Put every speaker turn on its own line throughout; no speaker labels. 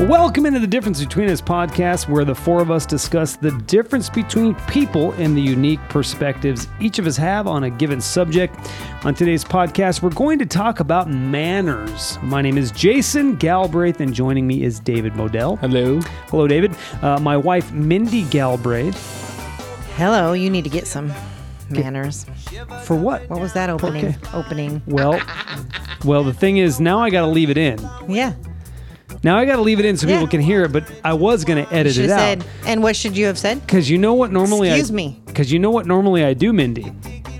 Welcome into the Difference Between Us podcast, where the four of us discuss the difference between people and the unique perspectives each of us have on a given subject. On today's podcast, we're going to talk about manners. My name is Jason Galbraith, and joining me is David Modell.
Hello.
Hello, David. Uh, my wife, Mindy Galbraith.
Hello, you need to get some manners.
For what?
What was that opening?
Okay.
Opening.
Well, well, the thing is, now I got to leave it in.
Yeah.
Now I got to leave it in so
Yeah.
people can hear it, but I was going to edit
Should
it
have
out.
said. And what should you have said?
Because you know what normally I,
Excuse me.
Because you know what normally I do, Mindy.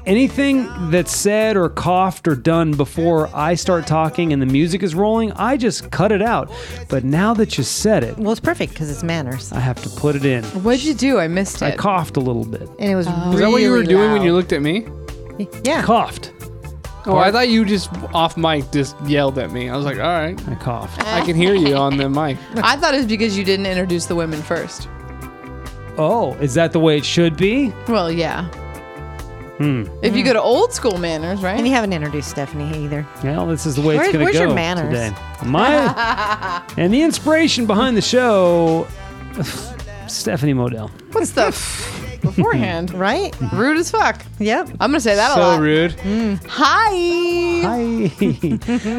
Anything that's said or coughed or done before I start talking and the music is rolling, I just cut it out. But now that you said it,
Well, it's perfect because it's manners.
I have to put it in.
What'd you do? I missed
I
it.
coughed a little bit.
And it was
Is
really
that what you were doing when you
loud.
looked at me?
Oh. Yeah.
Coughed.
Oh, I thought you just off mic just yelled at me. I was like, all right,
I coughed.
I can hear you on the mic.
I thought it was because you didn't introduce the women first.
Oh, is that the way it should be?
Well, yeah.
Hmm.
If you go to old school manners, right?
And you haven't introduced Stephanie either.
Well, this is the way it's
Where-
going to
where's
go
your manners?
today. My and the inspiration behind the show, Stephanie Modell.
What's the f- beforehand?
Right?
rude as fuck.
Yep.
I'm gonna say that a
So
lot.
rude.
Hi.
Hi.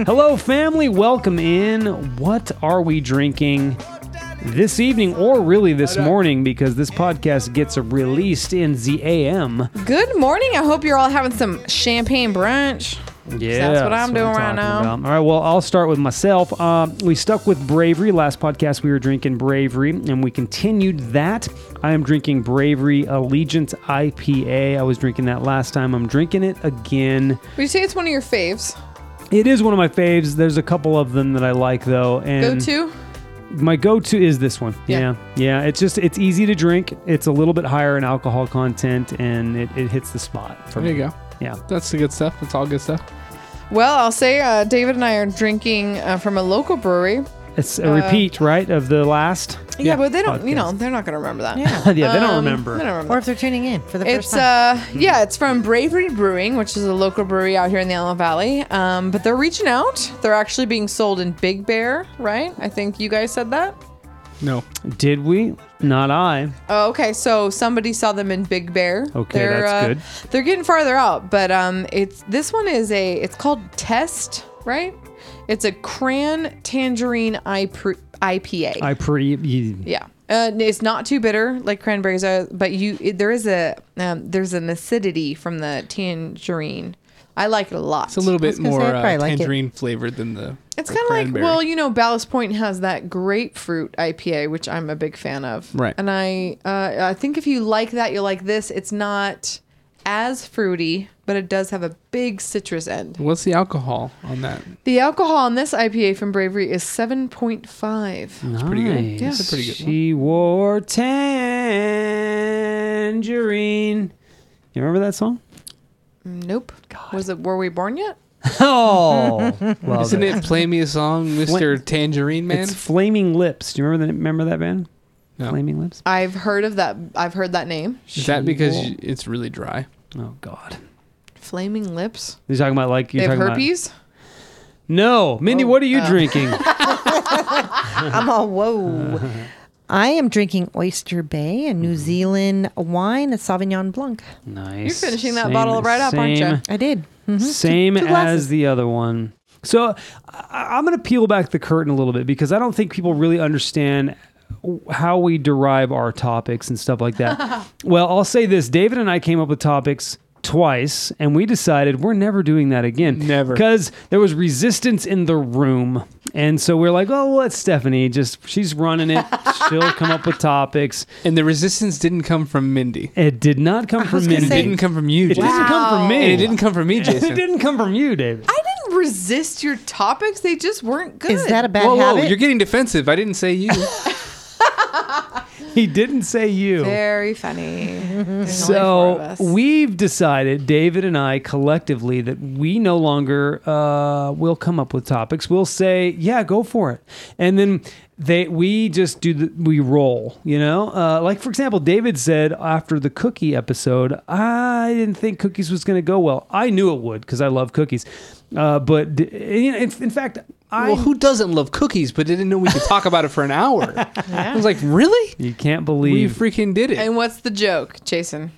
Hello, family. Welcome in. What are we drinking this evening, or really this morning, because this podcast gets released in the AM?
Good morning. I hope you're all having some champagne brunch.
Yeah,
what I'm doing right
talking
now.
about. All right, well, I'll start with myself. Um, we stuck with Bravery. Last podcast, we were drinking Bravery, and we continued that. I am drinking Bravery Allegiance IPA. I was drinking that last time. I'm drinking it again.
Would you say it's one of your faves?
It is one of my faves. There's a couple of them that I like, though.
Go
And
to.
my go-to is this one yeah.
Yeah.
yeah it's just it's easy to drink it's a little bit higher in alcohol content and it, it hits the spot for
There
me
you go.
yeah
That's the good stuff. That's all good stuff.
Well, I'll say uh, David and I are drinking uh, from a local brewery.
it's a repeat right of the last
Yeah, but they don't. You know,
podcast.
they're not gonna remember that.
yeah they don't
Um,
remember
They don't remember.
Or if they're tuning in for the first
It's
time.
uh
Hmm.
yeah, it's from Bravery Brewing, which is a local brewery out here in the Allen Valley. Um, but they're reaching out. They're actually being sold in Big Bear, right? I think you guys said that.
No.
did we not i
Oh, okay, so somebody saw them in Big Bear.
Okay, that's good.
They're getting farther out, but um, it's this one is a it's called Test, right? It's a Cran Tangerine IP- IPA.
i pre you-
Yeah. Uh, it's not too bitter like cranberries are, but you it, there is a um, there's an acidity from the tangerine. I like it a lot.
It's a little
I was
bit
gonna
more
say, I'd
uh,
probably like it.
tangerine flavored than the.
It's
the
kind of like
cranberry.
well, you know, Ballast Point has that grapefruit IPA, which I'm a big fan of.
Right.
And I uh, I think if you like that, you'll like this. It's not as fruity, but it does have a big citrus end.
What's the alcohol on that?
The alcohol on this IPA from Bravery is 7.5.
That's
pretty good.
nice.
Yeah, it's a pretty good one.
She wore tangerine. You remember that song?
Nope. Was it Were We Born Yet?
Oh, love
Isn't it Play Me a Song, Mr. Tangerine Man?
It's Flaming Lips. Do you remember that? Remember that band?
No.
Flaming Lips.
I've heard of that. I've heard that name.
Is that because
She-
you, it's really dry?
Oh God.
Flaming lips.
You're talking about like you're
They have
talking
herpes. Oh.
about. No, Mindy, what are you drinking?
I'm all whoa. I am drinking Oyster Bay, a
Mm-hmm.
New Zealand wine, a Sauvignon Blanc.
nice.
You're finishing that bottle right up, aren't Mm-hmm. ya?
I did. Mhm.
Same
Two glasses.
as the other one. So I, I'm going to peel back the curtain a little bit because I don't think people really understand how we derive our topics and stuff like that. well, I'll say this David and I came up with topics twice and we decided we're never doing that again.
Never.
Because there was resistance in the room. And so we're like, oh, let Stephanie just, she's running it. She'll come up with topics.
And the resistance didn't come from Mindy.
It did not come from
gonna
Mindy.
It
say-
didn't come from you,
It
Jason.
didn't come from me.
And it didn't come from me,
It
Jason.
didn't come from you, David.
I didn't resist your topics. They just weren't good.
Is that a bad
Whoa, whoa,
habit?
you're getting defensive. I didn't say you.
He didn't say you.
very funny? There's only four of
So
us.
we've decided, David and I collectively, that we no longer uh, will come up with topics. We'll say, "Yeah, go for it," and then they we just do the we roll. You know, uh, like for example, David said after the cookie episode, "I didn't think cookies was going to go well. I knew it would because I love cookies." Uh, but d- in, in fact, I
well, who doesn't love cookies? But they didn't know we could talk about it for an hour. I was like, really?
you can't
We
believe
freaking did it.
And what's the joke, Jason?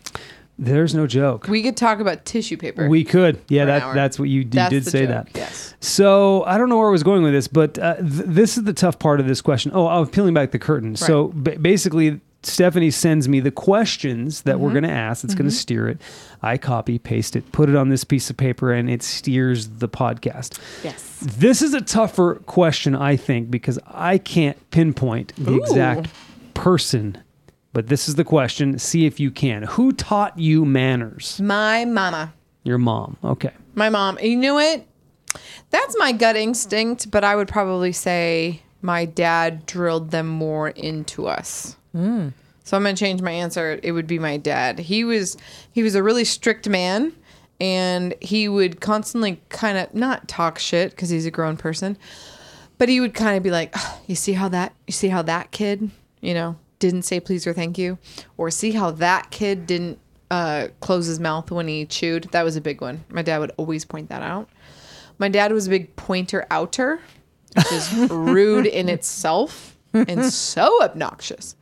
there's no joke.
We could talk about tissue paper.
We could. Yeah,
an
that,
hour.
that's what you, you
That's
did
the
say
joke,
that.
yes.
So I don't know where I was going with this, but uh, th- this is the tough part of this question. Oh, I'm peeling back the curtain. So ba basically, Stephanie sends me the questions that
Mm-hmm.
we're going to ask. It's going to steer it. I copy, paste it, put it on this piece of paper, and it steers the podcast.
Yes.
This is a tougher question, I think, because I can't pinpoint the exact person. But this is the question. See if you can. Who taught you manners?
My mama.
Your mom. Okay.
My mom. You know what? That's my gut instinct, but I would probably say my dad drilled them more into us. So I'm gonna change my answer. It would be my dad. He was he was a really strict man, and he would constantly kind of not talk shit because he's a grown person, but he would kind of be like, "Ugh, "You see how that you see how that kid, you know, didn't say please or thank you, or see how that kid didn't uh, close his mouth when he chewed. That was a big one. My dad would always point that out. My dad was a big pointer outer, which is rude in itself and so obnoxious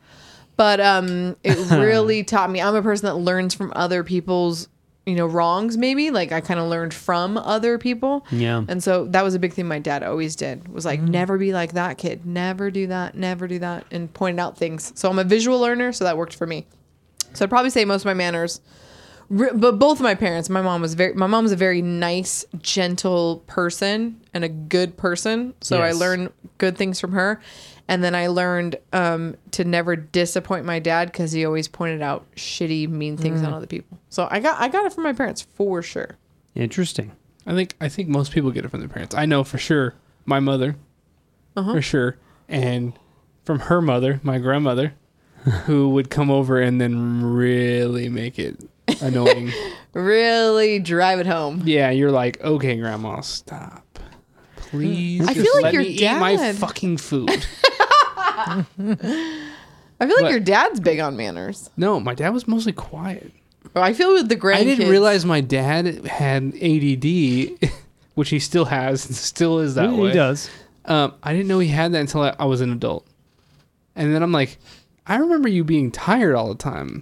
but um it really taught me i'm a person that learns from other people's you know wrongs maybe like i kind of learned from other people
Yeah.
and so that was a big thing my dad always did was like never be like that kid never do that never do that and pointed out things so i'm a visual learner so that worked for me so i'd probably say most of my manners re- but both of my parents my mom was very my mom's a very nice gentle person and a good person so i
Yes.
learned good things from her and then i learned um, to never disappoint my dad because he always pointed out shitty mean things
Mm.
on other people so i got i got it from my parents for sure
Interesting.
I think I think most people get it from their parents. I know for sure my mother,
Uh-huh.
for sure, and from her mother, my grandmother, who would come over and then really make it annoying.
really drive it home
yeah, you're like, okay, grandma, stop, Hmm. please.
I
just
feel like
let
your
me eat my
dad-
fucking food.
i feel like
But-
your dad's big on manners
no, my dad was mostly quiet.
Or i feel with the grandkids
I didn't realize my dad had ADD, which he still has, and still is that
he,
way.
he does.
Um, I didn't know he had that until I, I was an adult. And then I'm like, I remember you being tired all the time.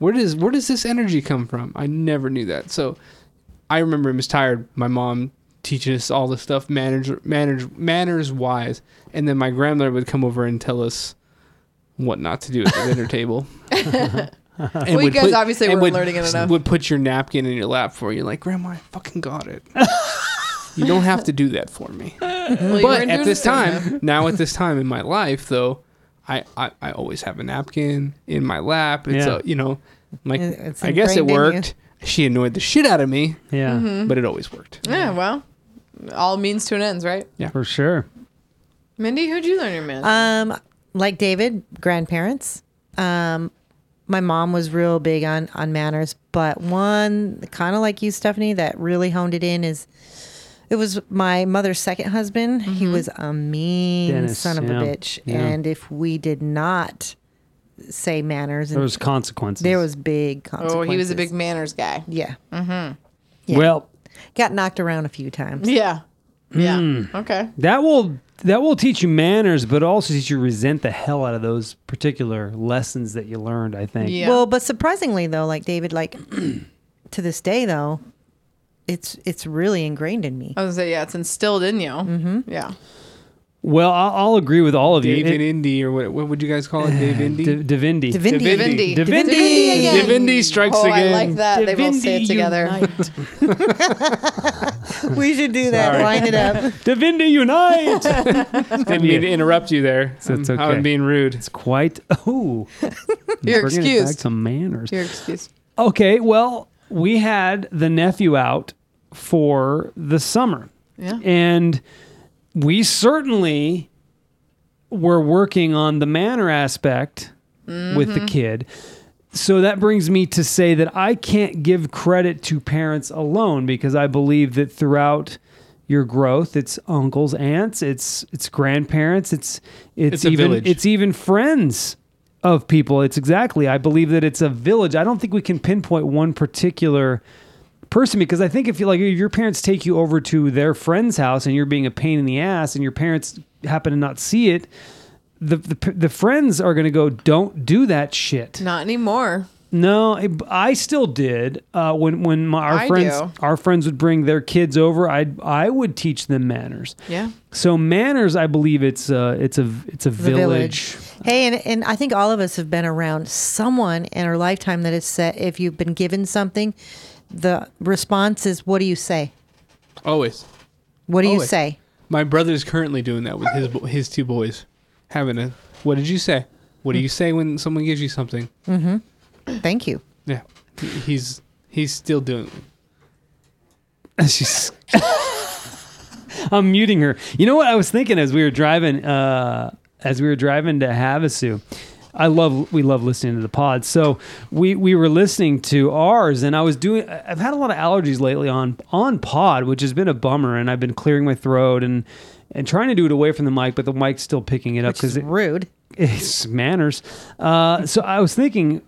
where does where does this energy come from? I never knew that. So I remember him as tired. My mom teaching us all this stuff, manners manners manners wise. And then my grandmother would come over and tell us what not to do at the dinner table. and
Well, you guys obviously
and
weren't
would-
learning it enough.
Would put your napkin in your lap for you, like, Grandma, I fucking got it. you don't have to do that for me
Well, you
but
weren't
at
doing
this
it right now.
time, now at this time in my life, though, I, I, I always have a napkin in my lap. It's
Yeah.
a, you know, like
It- it's
I guess it
ingrained in you.
worked. She annoyed the shit out of me,
Yeah,
Mm-hmm.
Mm-hmm.
but it always worked.
yeah well all means to an end right
for sure.
mindy who'd you learn your manners
Um, like David, grandparents. Um, my mom was real big on on manners, but one kind of like you, Stephanie, that really honed it in is it was my mother's second husband. He was a mean
Mm-hmm. Dennis,
son of
yeah,
a bitch,
yeah.
and if we did not say manners, and
There was consequences.
there was big
oh
consequences.
he was a big manners guy
yeah. yeah.
Well,
Got knocked around a few times.
yeah yeah
Mm.
okay
that will that will teach you manners, but also teach you resent the hell out of those particular lessons that you learned. I think.
Yeah.
Well, but surprisingly though, like David, like to this day though, it's it's really ingrained in me.
I was gonna say, yeah, it's instilled in you. Mm-hmm. Yeah.
Well, I'll, I'll agree with all of
Dave
you.
and
It-
Indy, or what, what would you guys call it? Dave Indy?
Da- Davindi.
Davindi.
Divindi.
Divindi.
Divindi.
again.
Divindi strikes
oh,
again.
I like that. They both say
Divindi
it together.
unite.
We should do that.
Sorry.
Line it up.
Davindi unite.
Didn't mean to interrupt you there.
it's
I'm-
okay.
I'm being rude.
it's quite. Oh,
You're
bringing it back
excused.
to manners.
You're excused.
Okay. Well, we had the nephew out for the summer.
Yeah.
And we certainly were working on the manner aspect with the kid. So that brings me to say that I can't give credit to parents alone because I believe that throughout your growth, it's uncles, aunts, it's it's grandparents, it's it's,
It's a
even
village.
it's even friends of people. It's exactly. I believe that it's a village. I don't think we can pinpoint one particular person because I think if you like if your parents take you over to their friend's house and you're being a pain in the ass and your parents happen to not see it, the the, p- the friends are going to go, "Don't do that shit."
Not anymore.
No, I- I still did. Uh, when when my, our
I
friends
do.
our friends would bring their kids over, I I would teach them manners.
Yeah.
So manners, I believe it's uh it's a it's a
The
village.
Hey, and, and I think all of us have been around someone in our lifetime that has said, if you've been given something, the response is, what do you say?
Always.
What do you
Always.
say?
My brother's currently doing that with his bo- his two boys, having a. What did you say? What
Hmm.
do you say when someone gives you something?
Thank you.
Yeah, He- he's he's still doing.
She's. I'm muting her. You know what I was thinking as we were driving, uh, as we were driving to Havasu. I love we love listening to the pod. So we we were listening to ours, and I was doing. I've had a lot of allergies lately on on pod, which has been a bummer, and I've been clearing my throat and and trying to do it away from the mic, but the mic's still picking it up
Which is
because it,
rude.
it's manners. Uh, so I was thinking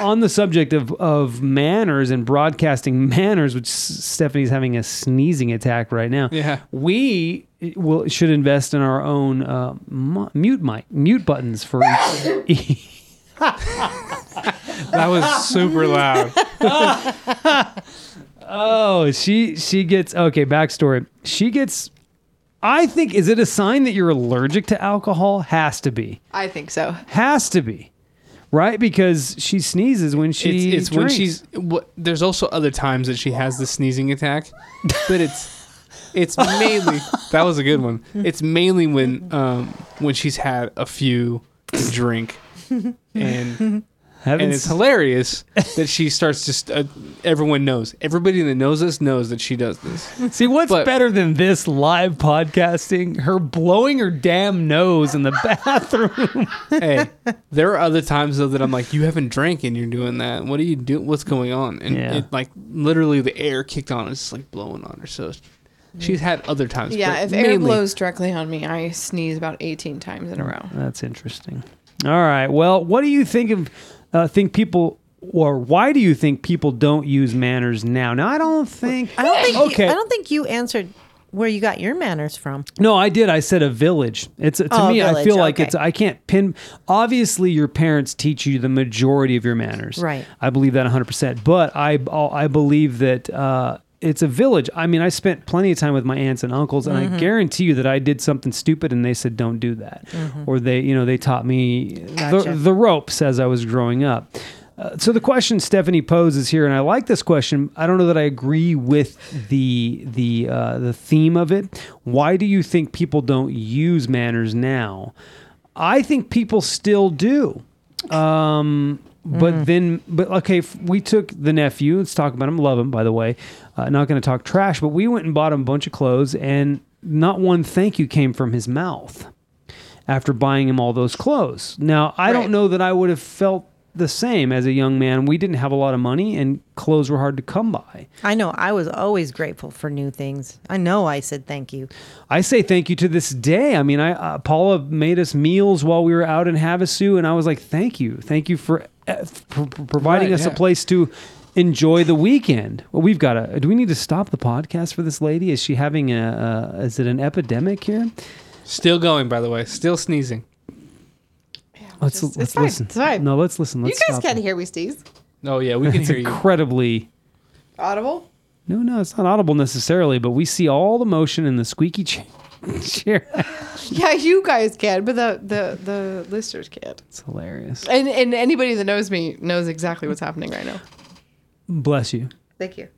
on the subject of, of manners and broadcasting manners, which S- Stephanie's having a sneezing attack right now.
Yeah.
we eh, will should invest in our own uh, mu- mute mic, mute buttons for. each-
That was super loud.
oh, she she gets okay. Backstory: She gets. I think is it a sign that you're allergic to alcohol? Has to be.
I think so.
Has to be. Right, because she sneezes when she.
it's it's when
drinks.
she's. What, there's also other times that she has the sneezing attack, but it's it's mainly that was a good one. It's mainly when um when she's had a few to drink, and
Haven't
and it's hilarious that she starts just. Uh, everyone knows. Everybody that knows us knows that she does this.
See what's
But-
better than this live podcasting? Her blowing her damn nose in the bathroom.
hey, there are other times though that I'm like, you haven't drank and you're doing that. What are you doing? What's going on? And
Yeah.
it like literally the air kicked on. It's like blowing on her. So she's had other times.
Yeah,
but
if air
mainly-
blows directly on me, I sneeze about 18 times in a row.
That's interesting. All right. Well, what do you think of uh, think people or why do you think people don't use manners now? Now I don't think
I don't think.
okay.
You, I don't think you answered where you got your manners from.
No, I did. I said a village. It's to
Oh, a
me. I
village,
feel like
okay.
it's. I can't pin. Obviously, your parents teach you the majority of your manners.
Right.
I believe that 100. percent But I I believe that uh, it's a village. I mean, I spent plenty of time with my aunts and uncles, and
Mm-hmm.
I guarantee you that I did something stupid, and they said don't do that,
Mm-hmm.
or they you know they taught me the,
Gotcha.
the ropes as I was growing up. Uh, so the question Stephanie poses here, and I like this question. I don't know that I agree with the the uh, the theme of it. Why do you think people don't use manners now? I think people still do. Um, but then, but okay, f- we took the nephew. Let's talk about him. Love him, by the way. Uh, not going to talk trash, but we went and bought him a bunch of clothes, and not one thank you came from his mouth after buying him all those clothes. Now, I
Right.
don't know that I would have felt the same as a young man. We didn't have a lot of money, and clothes were hard to come by.
I know. I was always grateful for new things. I know. I said thank you.
I say thank you to this day. I mean, I uh, Paula made us meals while we were out in Havasu, and I was like, "Thank you, thank you for, uh, for for providing
Right,
us a
yeah.
place to enjoy the weekend." Well, we've got a. Do we need to stop the podcast for this lady? Is she having a? Uh, is it an epidemic here?
Still going, by the way. Still sneezing.
Let's
just-
let's
it's fine,
listen.
it's fine.
No, let's listen. Let's
you guys
stop
can't
it.
hear me sneeze.
Oh yeah, we can
It's
hear you.
incredibly.
Audible?
No, no, it's not audible necessarily, but we see all the motion in the squeaky cha- chair.
Yeah, you guys can, but the, the, the listeners can't.
it's hilarious.
And, and anybody that knows me knows exactly what's happening right now.
Bless you.
Thank you.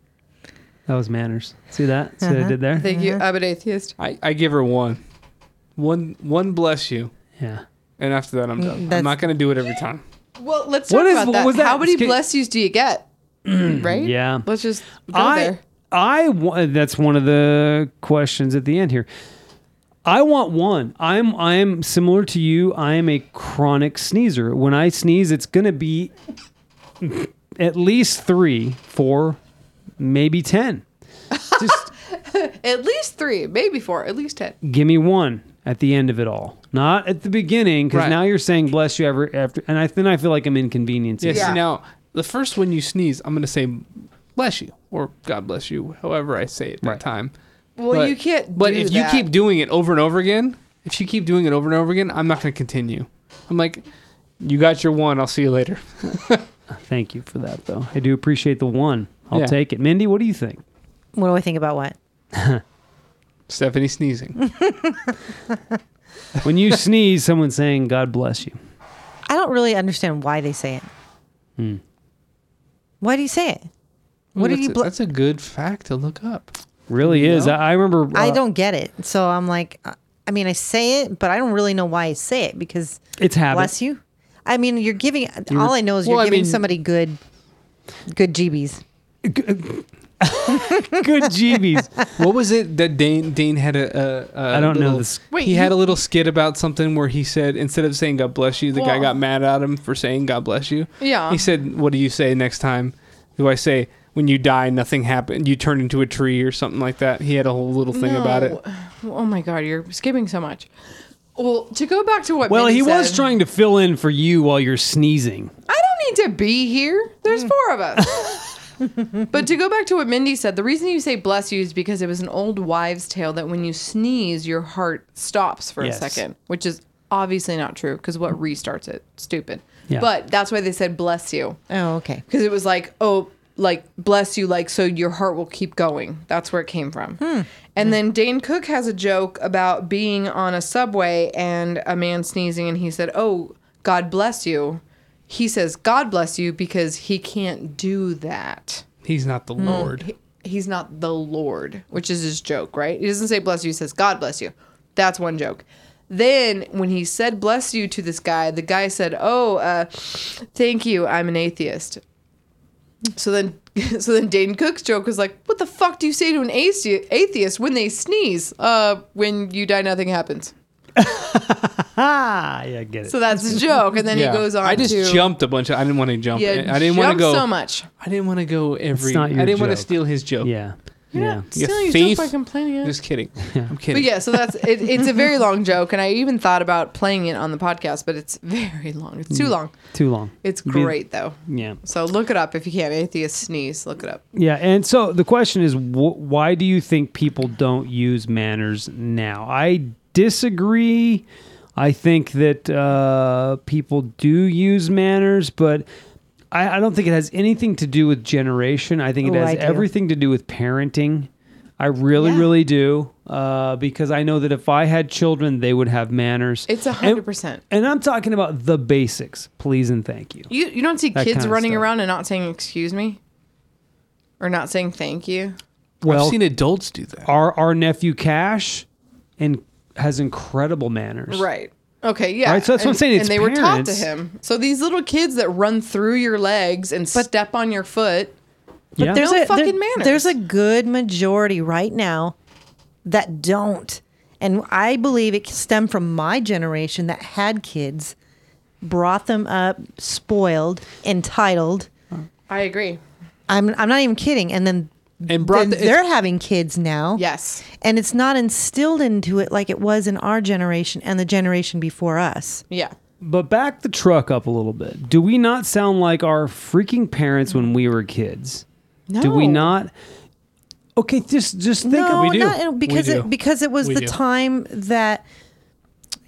That was manners. See that? See what
Uh-huh.
I did there?
Thank you. I'm an atheist.
I, I give her one. One one bless you.
Yeah.
And after that I'm done.
That's-
I'm not gonna do it every time.
Well, let's
What
talk
is-
about
what
that.
was that?
How many
Sca-
bless yous do you get? right?
Yeah.
Let's just go
I,
there.
I wa- that's one of the questions at the end here. I want one. I'm I'm similar to you. I am a chronic sneezer. When I sneeze, it's gonna be at least three, four, maybe ten. Just
At least three, maybe four, at least ten.
give me one at the end of it all, not at the beginning, because
Right.
now you're saying bless you ever after, and I, then I feel like I'm inconveniencing.
Yeah,
you.
Yeah.
see now the first one you sneeze, I'm gonna say bless you. or God bless you, however I say it that
Right.
time.
Well,
But-
you can't.
But
do
if
that.
you keep doing it over and over again, if you keep doing it over and over again, I'm not going to continue. I'm like, you got your one. I'll see you later.
Thank you for that, though. I do appreciate the one. I'll
Yeah.
take it. Mindy, what do you think?
What do I think about what?
Stephanie sneezing.
When you sneeze, someone's saying, God bless you.
I don't really understand why they say it. Why do you say it? What did
Hmm. that's,
you?
a,
Bl-
that's a good fact to look up.
Really is.
know?
I, I remember.
I
uh,
don't get it. So I'm like, uh, I mean, I say it, but I don't really know why I say it because
It's habit.
bless you. I mean, you're giving. all I know is you're
well, I
giving
mean-
somebody good, good GBs.
Good GBs.
what was it that Dane Dane had a? a, a
I don't know
little,
this-
Wait,
he had
you-
a little skit about something where he said instead of saying God bless you, the guy
Well-
got mad at him for saying God bless you.
Yeah.
He said, "What do you say next time? Do I say when you die, nothing happened, you turn into a tree or something like that?" He had a whole little thing about it.
No. Oh my god, you're skipping so much. Well, to go back to what
Well,
Mindy
he was
said,
trying to fill in for you while you're sneezing.
I don't need to be here. There's
Mm.
four of us. but to go back to what Mindy said, the reason you say bless you is because it was an old wives' tale that when you sneeze, your heart stops for
Yes.
a second, which is obviously not true because what restarts it? Stupid.
Yeah.
But that's why they said bless you
Oh, okay.
because it was like, oh, like bless you, like so your heart will keep going. That's where it came from. And then Dane Cook has a joke about being on a subway and a man sneezing, and he said, "Oh, God bless you." He says, "God bless you," because he can't do that.
He's not
Mm.
the Lord.
He- he's not the Lord, which is his joke, right? He doesn't say bless you, he says God bless you. That's one joke. Then when he said bless you to this guy, the guy said, "Oh, uh, thank you. I'm an atheist." So then, so then Dane Cook's joke was like, "What the fuck do you say to an athe- atheist when they sneeze? Uh, when you die, nothing happens."
Ah, yeah, I get it.
So that's his joke, and then
Yeah.
he goes on.
I just
to,
jumped a bunch. Of, I didn't want to jump.
Yeah,
I didn't want
jump
to go
so much.
I didn't want to go every.
not
I
your
didn't want to
joke.
steal his joke.
yeah.
You're
yeah.
not
You
stealing his
thief.
joke by complaining. it.
Just kidding. I'm
But
kidding.
yeah, so that's it, it's a very long joke, and I even thought about playing it on the podcast, but it's very long. It's too long.
Too long.
It's
Mm. Be-
great though.
Yeah.
So look it up if you can. Atheist sneeze. Look it up.
Yeah, and so the question is, wh- why do you think people don't use manners now? I disagree. I think that uh, people do use manners, but I, I don't think it has anything to do with generation. I think it
Oh, I
has
do.
everything to do with parenting. I really,
Yeah.
really do, uh, because I know that if I had children, they would have manners.
It's a
And-
hundred percent.
And I'm talking about the basics, please and thank you.
You you don't see
That
kids
kinda
running
stuff.
around and not saying excuse me, or not saying thank you.
Well,
I've seen adults do that.
our our nephew Cash and has incredible manners.
Right. Okay. Yeah.
Right, so that's what I'm
And-
saying, it's
and they were taught to
parents.
him. So these little kids that run through your legs and step on your foot.
Yeah.
There's
No
a
fucking
there-
manners.
There's a good majority right now that don't, and I believe it stemmed from my generation that had kids, brought them up spoiled, entitled.
I agree.
I'm I'm not even kidding. And then
And brought
then
the,
they're
it's-
having kids now.
Yes.
And it's not instilled into it like it was in our generation and the generation before us.
Yeah.
But back the truck up a little bit. Do we not sound like our freaking parents when we were kids? Do we
No.
not? Okay, just just think
no,
of we do.
not because
We do.
it because it was
We
the
do.
time that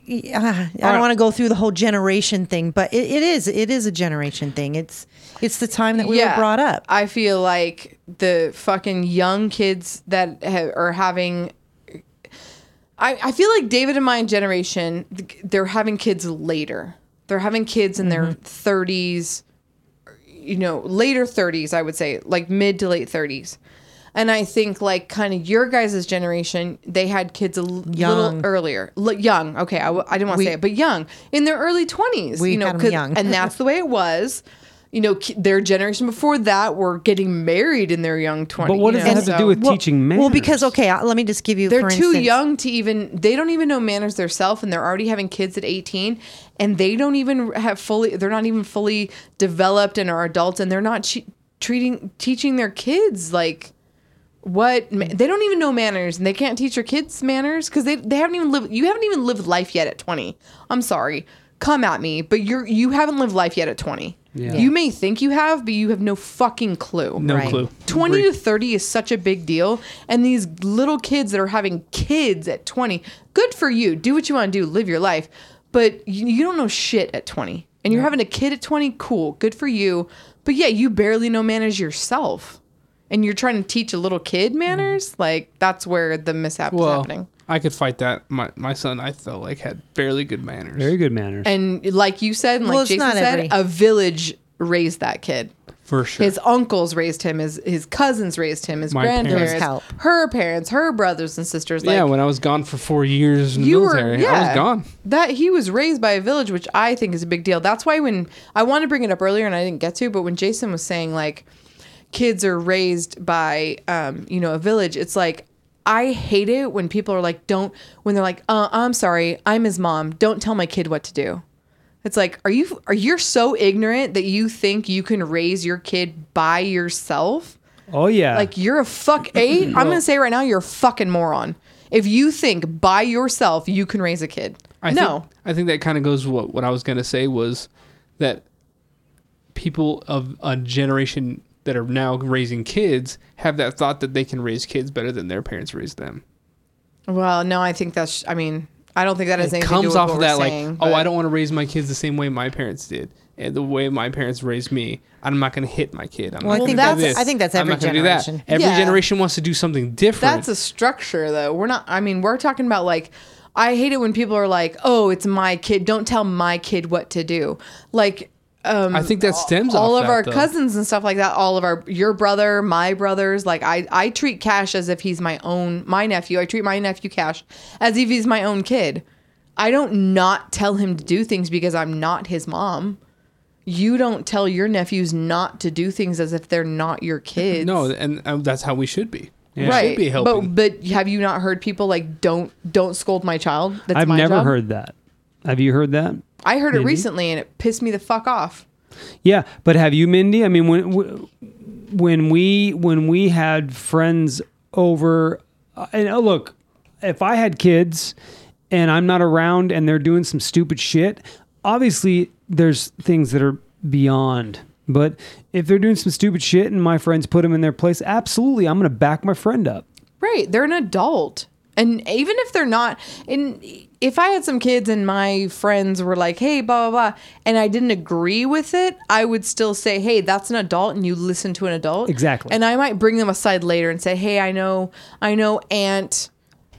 yeah, I don't
right.
want to go through the whole generation thing, but it, it is it is a generation thing. It's it's the time that we were brought up.
I feel like the fucking young kids that ha- are having. I, I feel like David and my generation, th- they're having kids later. They're having kids in their
Mm-hmm.
30s, you know, later 30s, I would say, like mid to late 30s. And I think, like, kind of your guys' generation, they had kids a l-
Young.
little earlier. L- young. Okay. I, w- I didn't want to
We-
say it, but young. In their early 20s.
We
you know,
had 'em
'cause-
young.
And and that's the way it was. You know, ki- their generation before that were getting married in their young 20s.
But what
you
does
know,
that have to
so-
do with
Well-
teaching manners?
Well, because okay, I- let me just give you.
They're
for
too
instance-
young to even, they don't even know manners themselves, and they're already having kids at 18, and they don't even have fully, they're not even fully developed and are adults, and they're not che- treating, teaching their kids like what, ma- they don't even know manners, and they can't teach their kids manners because they, they haven't even lived, you haven't even lived life yet at 20. I'm sorry. come at me, but you're you haven't lived life yet at 20.
Yeah.
You may think you have, but you have no fucking clue.
No
Right.
clue.
20 to
Agree.
30 is such a big deal and these little kids that are having kids at 20 good for you do what you want to do live your life but you, you don't know shit at 20 and you're having a kid at 20 cool good for you but yeah you barely know manners yourself and you're trying to teach a little kid manners like that's where the mishap is happening
I could fight that. My my son, I felt like had fairly good manners.
Very good manners.
and like you said and like
Well, it's
jason
not
said
every-
a village raised that kid
for sure.
His uncles raised him. His his cousins raised him. His
My
grandparents,
parents. Help.
her parents, her brothers and sisters. Like
yeah, when I was gone for four years in the
you
military,
were, yeah,
I was gone.
That he was raised by a village, which I think is a big deal. That's why when I wanted to bring it up earlier and I didn't get to, but when Jason was saying like kids are raised by um, you know a village, it's like. I hate it when people are like, don't, when they're like, uh, I'm sorry, I'm his mom. Don't tell my kid what to do. It's like, are you are you so ignorant that you think you can raise your kid by yourself?
oh yeah.
Like you're a fuck eight. I'm gonna say right now, you're a fucking moron. If you think by yourself you can raise a kid,
I
no,
Think, I think that kind of goes with what what I was gonna say was that people of a generation that are now raising kids have that thought that they can raise kids better than their parents raised them.
Well, no, I think that's. I mean, I don't think that has
it
anything to do
comes
with
off
what
of
we're
that like,
saying,
oh,
but-
I don't want to raise my kids the same way my parents did. And the way my parents raised me, I'm not going to hit my kid. I'm
Well, I
not
think
gonna do
that's-
this.
I think that's
I'm
every
not gonna do that.
generation.
Every
Yeah.
generation wants to do something different.
That's a structure, though. We're not. I mean, we're talking about like. I hate it when people are like, "Oh, it's my kid. Don't tell my kid what to do." Like, um,
I think that stems
all
off
of
that,
our
though.
cousins and stuff like that. All of our your brother, my brothers. Like, I I treat Cash as if he's my own my nephew. I treat my nephew Cash as if he's my own kid. I don't not tell him to do things because I'm not his mom. You don't tell your nephews not to do things as if they're not your kids.
No, and um, that's how we should be. We
Yeah.
should be helping.
But but have you not heard people like don't don't scold my child? That's
I've
my
never
job.
heard that. Have you heard that?
I heard it
Maybe.
recently and it pissed me the fuck off.
Yeah, but have you, Mindy? I mean, when when we when we had friends over, uh, and oh, look, if I had kids and I'm not around and they're doing some stupid shit, obviously there's things that are beyond. But if they're doing some stupid shit and my friends put them in their place, absolutely, I'm going to back my friend up.
Right, they're an adult. And even if they're not and if I had some kids and my friends were like, "Hey, blah blah blah," and I didn't agree with it, I would still say, "Hey, that's an adult and you listen to an adult."
Exactly.
And I might bring them aside later and say, "Hey, I know I know aunt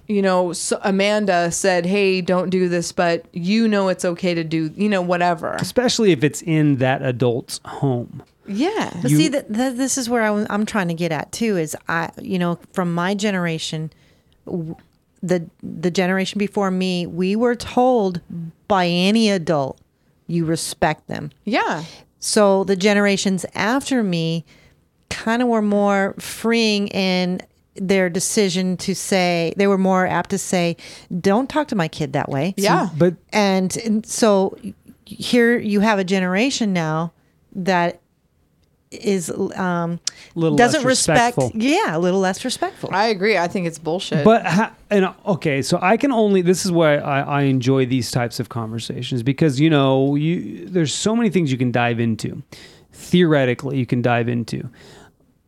you know, so Amanda said, "Hey, don't do this," but you know it's okay to do, you know, whatever.
Especially if it's in that adult's home.
Yeah.
But see, that th- this is where I'm, I'm trying to get at too. Is I, you know, from my generation, w- the the generation before me, we were told by any adult, you respect them.
Yeah.
So the generations after me kind of were more freeing in their decision to say they were more apt to say, "Don't talk to my kid that way."
Yeah.
But
And, and so here you have a generation now that is um
Little
doesn't
less
respect
respectful.
yeah a little less respectful
I agree. I think it's bullshit.
But ha- and okay, so I can only. This is why I, I enjoy these types of conversations because you know you there's so many things you can dive into. Theoretically, you can dive into.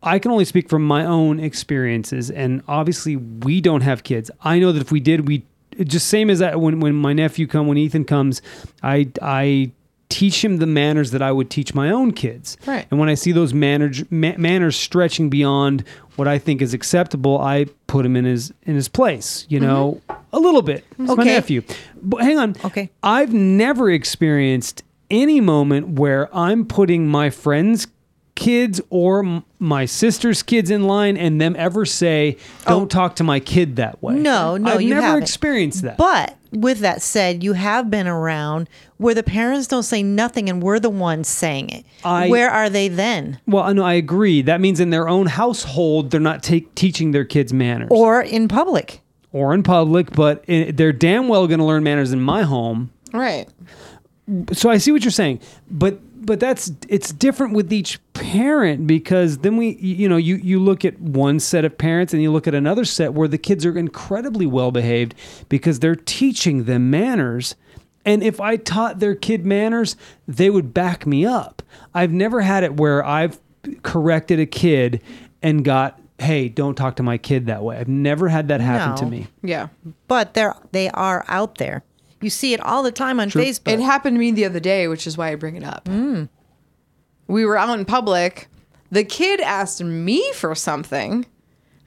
I can only speak from my own experiences, and obviously, we don't have kids. I know that if we did, we just same as I, when when my nephew come when Ethan comes, I I teach him the manners that I would teach my own kids.
Right.
And when I see those manners ma- manners stretching beyond what I think is acceptable, I put him in his in his place. You know, a little bit. It's my
Okay.
nephew. But hang on.
Okay.
I've never experienced any moment where I'm putting my friends' kids or m- my sister's kids in line and them ever say, "Don't talk to my kid that way."
Oh. No, no,
I've
you
never
haven't.
experienced that.
But with that said, you have been around where the parents don't say nothing and we're the ones saying it.
I-
where are they then?
well, I know I agree. That means in their own household, they're not take, teaching their kids manners, or,
Or in public.
in public. But i they're damn well going to learn manners in my home.
right.
so I see what you're saying, but but that's it's different with each parent because then we you know you you look at one set of parents and you look at another set where the kids are incredibly well behaved because they're teaching them manners And if I taught their kid manners, they would back me up. I've never had it where I've corrected a kid and got, hey, don't talk to my kid that way. I've never had that happen to
No.
me.
Yeah.
but they're they are out there. You see it all the time on Facebook.
It happened to me the other day, which is why I bring it up. We were out in public. The kid asked me for something,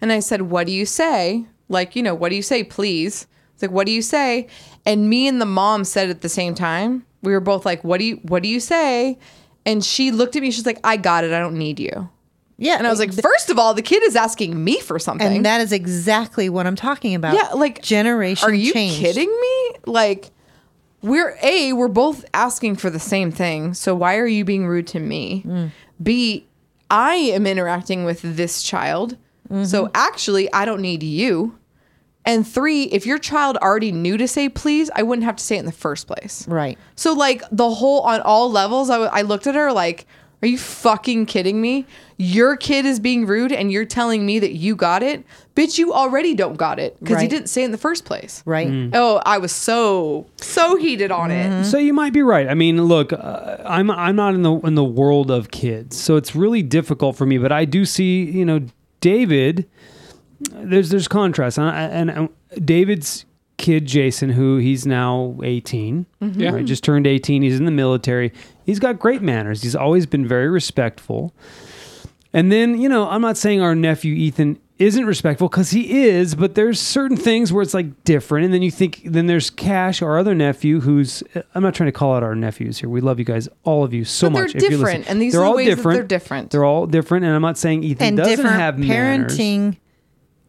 and I said, What do you say? Like, you know, what do you say, please? It's like, what do you say? And me and the mom said it at the same time. We were both like, What do you what do you say? And she looked at me, she's like, I got it, I don't need you.
yeah,
And I was like, first of all, the kid is asking me for something.
and that is exactly what I'm talking about.
Yeah, like
generation.
Are you
change.
kidding me? Like we're A, we're both asking for the same thing. So why are you being rude to me?
Mm.
B, I am interacting with this child.
Mm-hmm.
So actually, I don't need you. And three, if your child already knew to say please, I wouldn't have to say it in the first place.
Right.
So like the whole on all levels, I, w- I looked at her like, "Are you fucking kidding me? Your kid is being rude, and you're telling me that you got it, bitch. You already don't got it because he
Right.
didn't say it in the first place."
Right.
Hmm.
Oh, I was so so heated on it.
So you might be right. I mean, look, uh, I'm I'm not in the in the world of kids, so it's really difficult for me. But I do see, you know, David. There's there's contrast, and, I- and uh, David's kid Jason, who he's now 18,
Yeah.
right, just turned 18. He's in the military. He's got great manners. He's always been very respectful. And then, you know, I'm not saying our nephew Ethan isn't respectful because he is, but there's certain things where it's like different. And then you think, then there's Cash, our other nephew, who's, uh, I'm not trying to call out our nephews here. We love you guys, all of you, so
But they're
much. if you're listening.
different, and these are the ways that they're different.
They're all different. And I'm not saying Ethan
And
doesn't
different
have manners.
parenting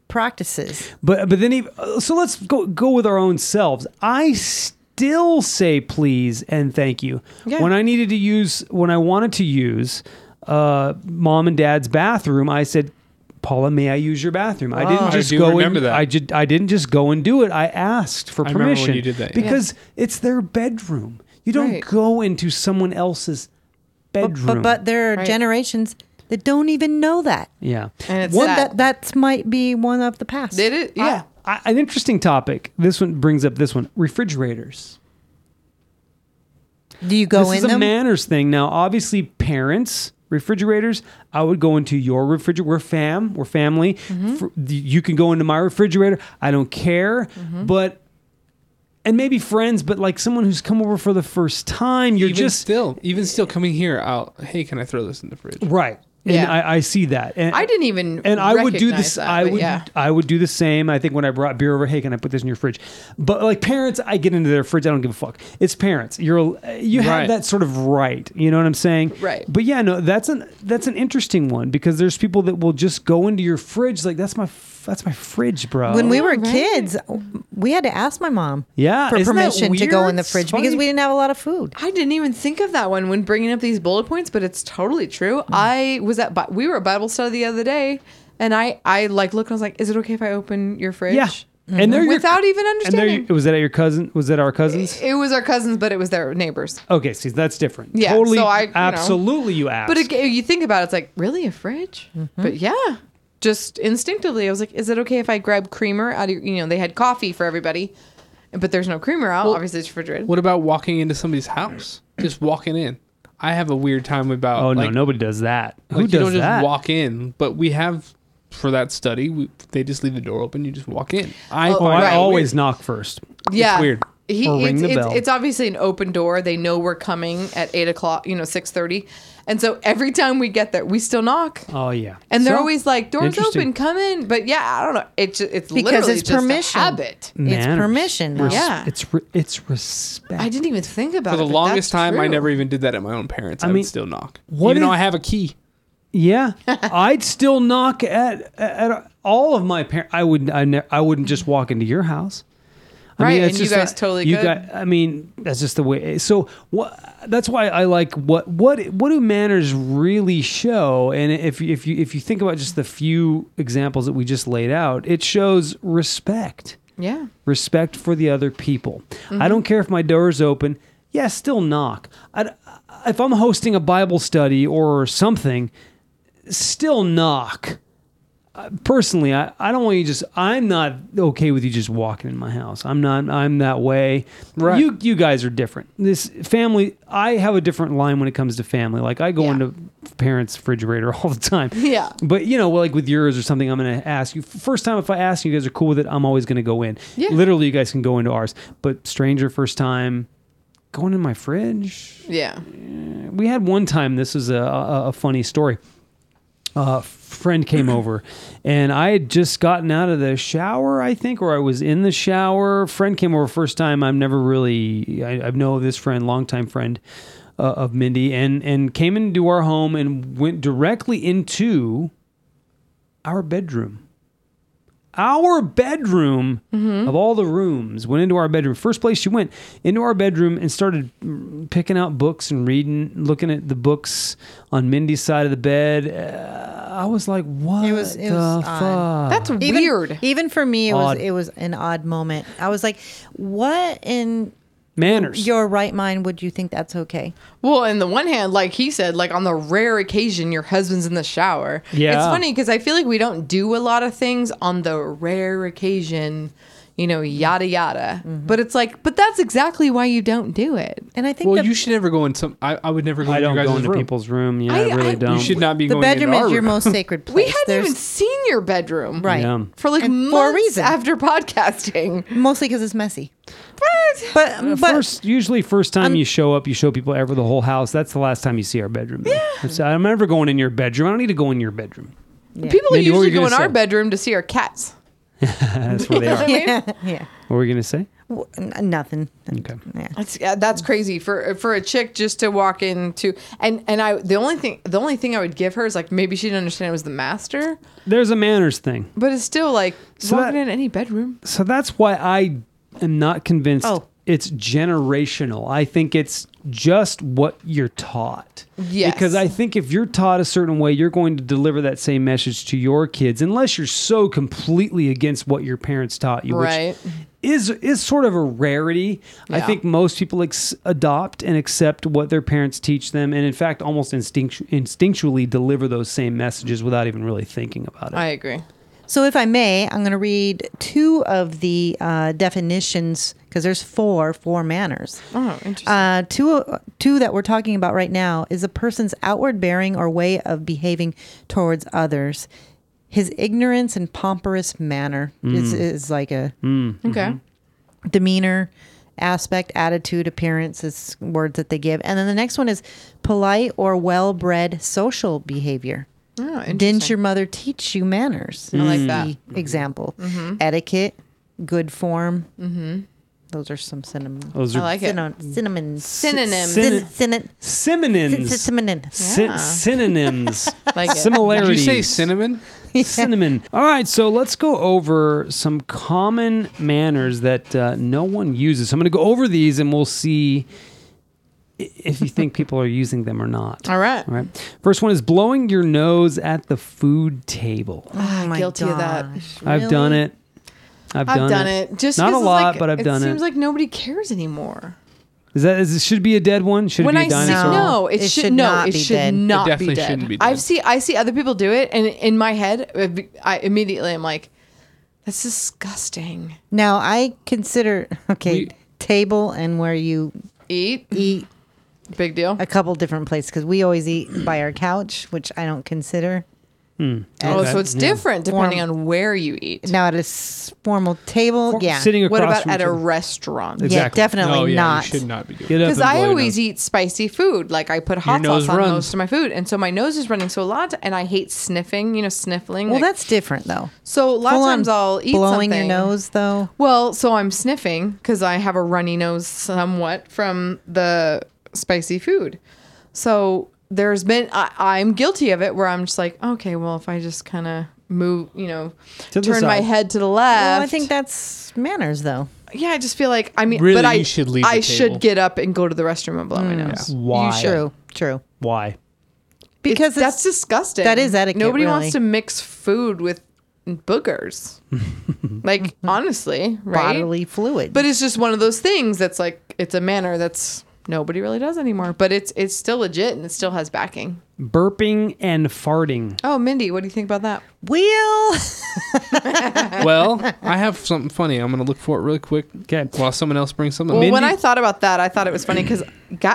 practices.
But but then he uh, so let's go go with our own selves. I still say please and thank you
Yeah.
when I needed to use when I wanted to use uh, mom and dad's bathroom. I said. Paula, may I use your bathroom? I didn't
Wow. Ah, I
just
do
go
remember
and
that.
I, ju- I didn't just go and do it. I asked for
I remember when
permission
you did that, yeah.
because it's their bedroom. You don't
Right.
go into someone else's bedroom.
But but there are
Right.
generations that don't even know that.
yeah,
And it's
One
sad.
that that's might be one of the past.
Did it?
yeah.
Yeah.
I, an interesting topic. This one brings up this one: refrigerators.
Do you go
this
in
is a
them?
manners thing. Now, obviously, parents, refrigerators, I would go into your refrigerator. We're fam, we're family.
Mm-hmm.
Fr- you can go into my refrigerator. I don't care.
Mm-hmm.
But and maybe friends, but like someone who's come over for the first time, you're
even
just
still, even still coming here. I'll hey, can I throw this in the fridge?
right. And
Yeah.
I, I see that. And,
I didn't even
and I would do
recognize
this.
that,
I
but
would.
yeah.
I would do the same. I think when I brought beer over, hey, can I put this in your fridge? But like parents, I get into their fridge. I don't give a fuck. It's parents. You're you have
Right.
that sort of right. You know what I'm saying?
Right.
But yeah, no, that's an that's an interesting one because there's people that will just go into your fridge like that's my f- that's my fridge, bro.
when we
Oh,
were
right.
kids, we had to ask my mom
Yeah,
for
isn't that
permission to go
weird?
in the
It's
fridge
funny.
because we didn't have a lot of food.
I didn't even think of that one when bringing up these bullet points, but it's totally
Mm.
true. I was at Bi- we were at Bible study the other day, and I I like looked and I was like, "Is it okay if I open your fridge?" Mm-hmm.
yeah, and they're your-
without even
and they're
understanding. Eh.
your- was that at your cousin? Was that our cousins?
it was our cousins, but it was their neighbors.
Okay, see that's different.
Yeah,
totally.
so I- you know.
absolutely, you asked.
But again, you think about it, it's like really a fridge, but yeah, just instinctively, I was like, "Is it okay if I grab creamer out of your-" you know?" They had coffee for everybody, but there's no creamer out. Obviously, it's refrigerated.
What about walking into somebody's house? Just walking in. I have a weird time about.
oh
like,
no, nobody does that. Who
like,
does
you don't just
that?
walk in, but we have for that study. We, they just leave the door open. You just walk in. I
Oh,
Oh,
find
I
Right.
always knock first.
yeah,
weird.
He,
Or
it's,
ring the
it's,
bell.
it's obviously an open door. They know we're coming at eight o'clock. You know, six thirty, and so every time we get there, we still knock.
Oh yeah,
And they're
So,
always like, "Doors
interesting.
open, come in." But yeah, I don't know. It ju- it's
Because
literally
it's
just a
permission.
habit.
It's
Manners.
permission. now.
Yeah.
It's re- it's respect.
I didn't even think about
for
it.
the
but
longest
that's
time, I
true.
never even did that at my own parents. I,
mean,
would still knock,
what
even
if-
though I have a key.
yeah, I'd still knock at at all of my parents. I wouldn't. I, ne- I wouldn't just walk into your house. I
Right,
that's
and you
just
guys
not-
totally
You
could.
got. I mean, that's just the way. So what? That's why I like what what what do manners really show? And if you- if you if you think about just the few examples that we just laid out, it shows respect.
Yeah.
respect for the other people.
Mm-hmm.
I don't care if my door is open. Yeah, still knock. I, if I'm hosting a Bible study or something, still knock. Uh, personally, I, I don't want you just. I'm not okay with you just walking in my house. I'm not. I'm that way.
Right.
You you guys are different. This family. I have a different line when it comes to family. Like I go
Yeah.
into parents' refrigerator all the time.
Yeah.
But you know, like with yours or something, I'm going to ask you first time. If I ask you guys are cool with it, I'm always going to go in.
Yeah.
Literally, you guys can go into ours. But stranger first time, going in my fridge
Yeah.
we had one time this is a, a, a funny story a friend came over and i had just gotten out of the shower i think or i was in the shower friend came over first time i've never really i, I know this friend longtime friend uh, of mindy and and came into our home and went directly into our bedroom our bedroom
Mm-hmm.
of all the rooms went into our bedroom first place she went into our bedroom and started mm, picking out books and reading looking at the books on mindy's side of the bed Uh, i was like what
It was- it
the
was
fuck
odd.
That's
even,
weird.
Even for me, it was
Odd.
it was an odd moment. I was like, "What in
manners
your right mind would you think that's okay?"
Well, on the one hand, like he said, like on the rare occasion your husband's in the shower.
Yeah.
It's funny because I feel like we don't do a lot of things on the rare occasion, you know, yada yada.
Mm-hmm.
But it's like, but that's exactly why you don't do it.
And I think
Well,
the,
you should never go in some. I, I would never go
i
in your
don't
guys'
go into
room.
people's room yeah i,
I-
really
I-
don't
You should not be
the
going into
bedroom
our
is your
room.
most sacred place.
We hadn't
There's-
even seen your bedroom.
right,
Yeah.
For like
And
months
for a reason.
after podcasting.
mostly because it's messy.
What?
But
Uh,
but
first, usually, first time you show up, you show people ever the whole house. That's the last time you see our bedroom. Yeah. I'm never going in your bedroom. I don't need to go in your bedroom.
yeah.
People
Mindy, what were
usually
you
go
gonna
in our
say?
bedroom to see our cats.
That's where they are.
yeah, yeah,
What were you gonna say?
W- n- nothing.
Okay.
Yeah.
That's yeah, that's crazy for for a chick just to walk into and and I the only thing the only thing I would give her is like maybe she didn't understand it was the master,
There's a manners thing.
but it's still like
So
walking
that-
in any bedroom.
So that's why I am not convinced
Oh.
it's generational. I think it's just what you're taught.
Yes.
Because I think if you're taught a certain way, you're going to deliver that same message to your kids, unless you're so completely against what your parents taught you,
Right.
which is is sort of a rarity. I
Yeah.
think most people ex- adopt and accept what their parents teach them, and in fact, almost instinct- instinctually deliver those same messages without even really thinking about it.
I agree.
So, if I may, I'm going to read two of the uh, definitions because there's four four manners.
Oh, interesting.
Uh, two, uh, two that we're talking about right now is a person's outward bearing or way of behaving towards others. His ignorance and pompous manner is,
Mm.
is like a
Ah, okay.
Mm-hmm.
demeanor, aspect, attitude, appearance is words that they give. And then the next one is polite or well bred social behavior.
Oh,
Didn't
interesting.
your mother teach you manners?
I like
Is
that. Mm-hmm.
the Example. Etiquette, good form. Mm-hmm. Those are some cinnamon.
Those
I
are
like it.
Cinnamon. Cinnamon.
Synonyms.
Syn-
Cinnamon.
synonyms.
Cinnamon.
Syn-
Yeah.
synonyms.
Like it.
Did you
Similarities.
say cinnamon?
Cinnamon. All right, so let's go over some common manners that uh, no one uses. I'm going to go over these and we'll see i- if you think people are using them or not.
All right.
All right. First one is blowing your nose at the food table.
Oh my
Ah, Guilty of that.
gosh,
I've done
really?
it. I've
I've
done,
done, it. Just
not
'cause
a
it's
lot,
like-
but I've done
It seems
it.
like nobody cares anymore.
Is that is, it should be a dead one? Should it
when
be a
I see
dinosaur?
no, it, should, no,
not
it
be
should
dead. It
not
definitely
be dead.
shouldn't be dead.
I've see I see other people do it, and in my head, it'd be- I immediately I'm like, that's disgusting.
Now I consider okay
We-
table and where you
Eat,
eat
big deal.
a couple different places because we always eat by our couch, which I don't consider.
Oh,
Okay.
so it's different depending
Form-
on where you eat.
Now at a s- formal table, yeah,
Sitting across
What about
from
at
each
a
other.
restaurant?
Exactly.
yeah, definitely
no, Oh, yeah,
not.
You should not be doing
Get
it.
up
Because
and
I
blow your
always
nose.
eat spicy food. Like I put hot
nose
sauce on
runs.
most of my food, and so my nose is running. So a lot, and I hate sniffing. You know, sniffling.
Well,
like-
that's different though.
so. A lot of
Full on
times I'll eat
blowing
something.
your nose though.
Well, so I'm sniffing because I have a runny nose somewhat from the spicy food. So there's been I, I'm guilty of it where I'm just like, okay, well, if I just kind of move, you know,
To the
turn my
side.
head to the left.
Well, I think that's manners though.
yeah, I just feel like I mean,
Really,
but I
you should leave
I
the table.
should get up and go to the restroom and blow my
Mm.
nose.
Why?
True, true.
Why?
Because
It's- that's
it's-
disgusting.
that is etiquette,
Nobody
really.
wants to mix food with boogers. like honestly, right?
bodily fluid.
But it's just one of those things that's like it's a manner that's nobody really does anymore. But it's it's still legit and it still has backing.
Burping and farting.
Oh, Mindy, what do you think about that?
Wheel.
well, I have something funny. I'm gonna look for it really quick.
'Kay.
While someone else brings something.
Well,
up.
when
Mindy-
I thought about that, I thought it was funny because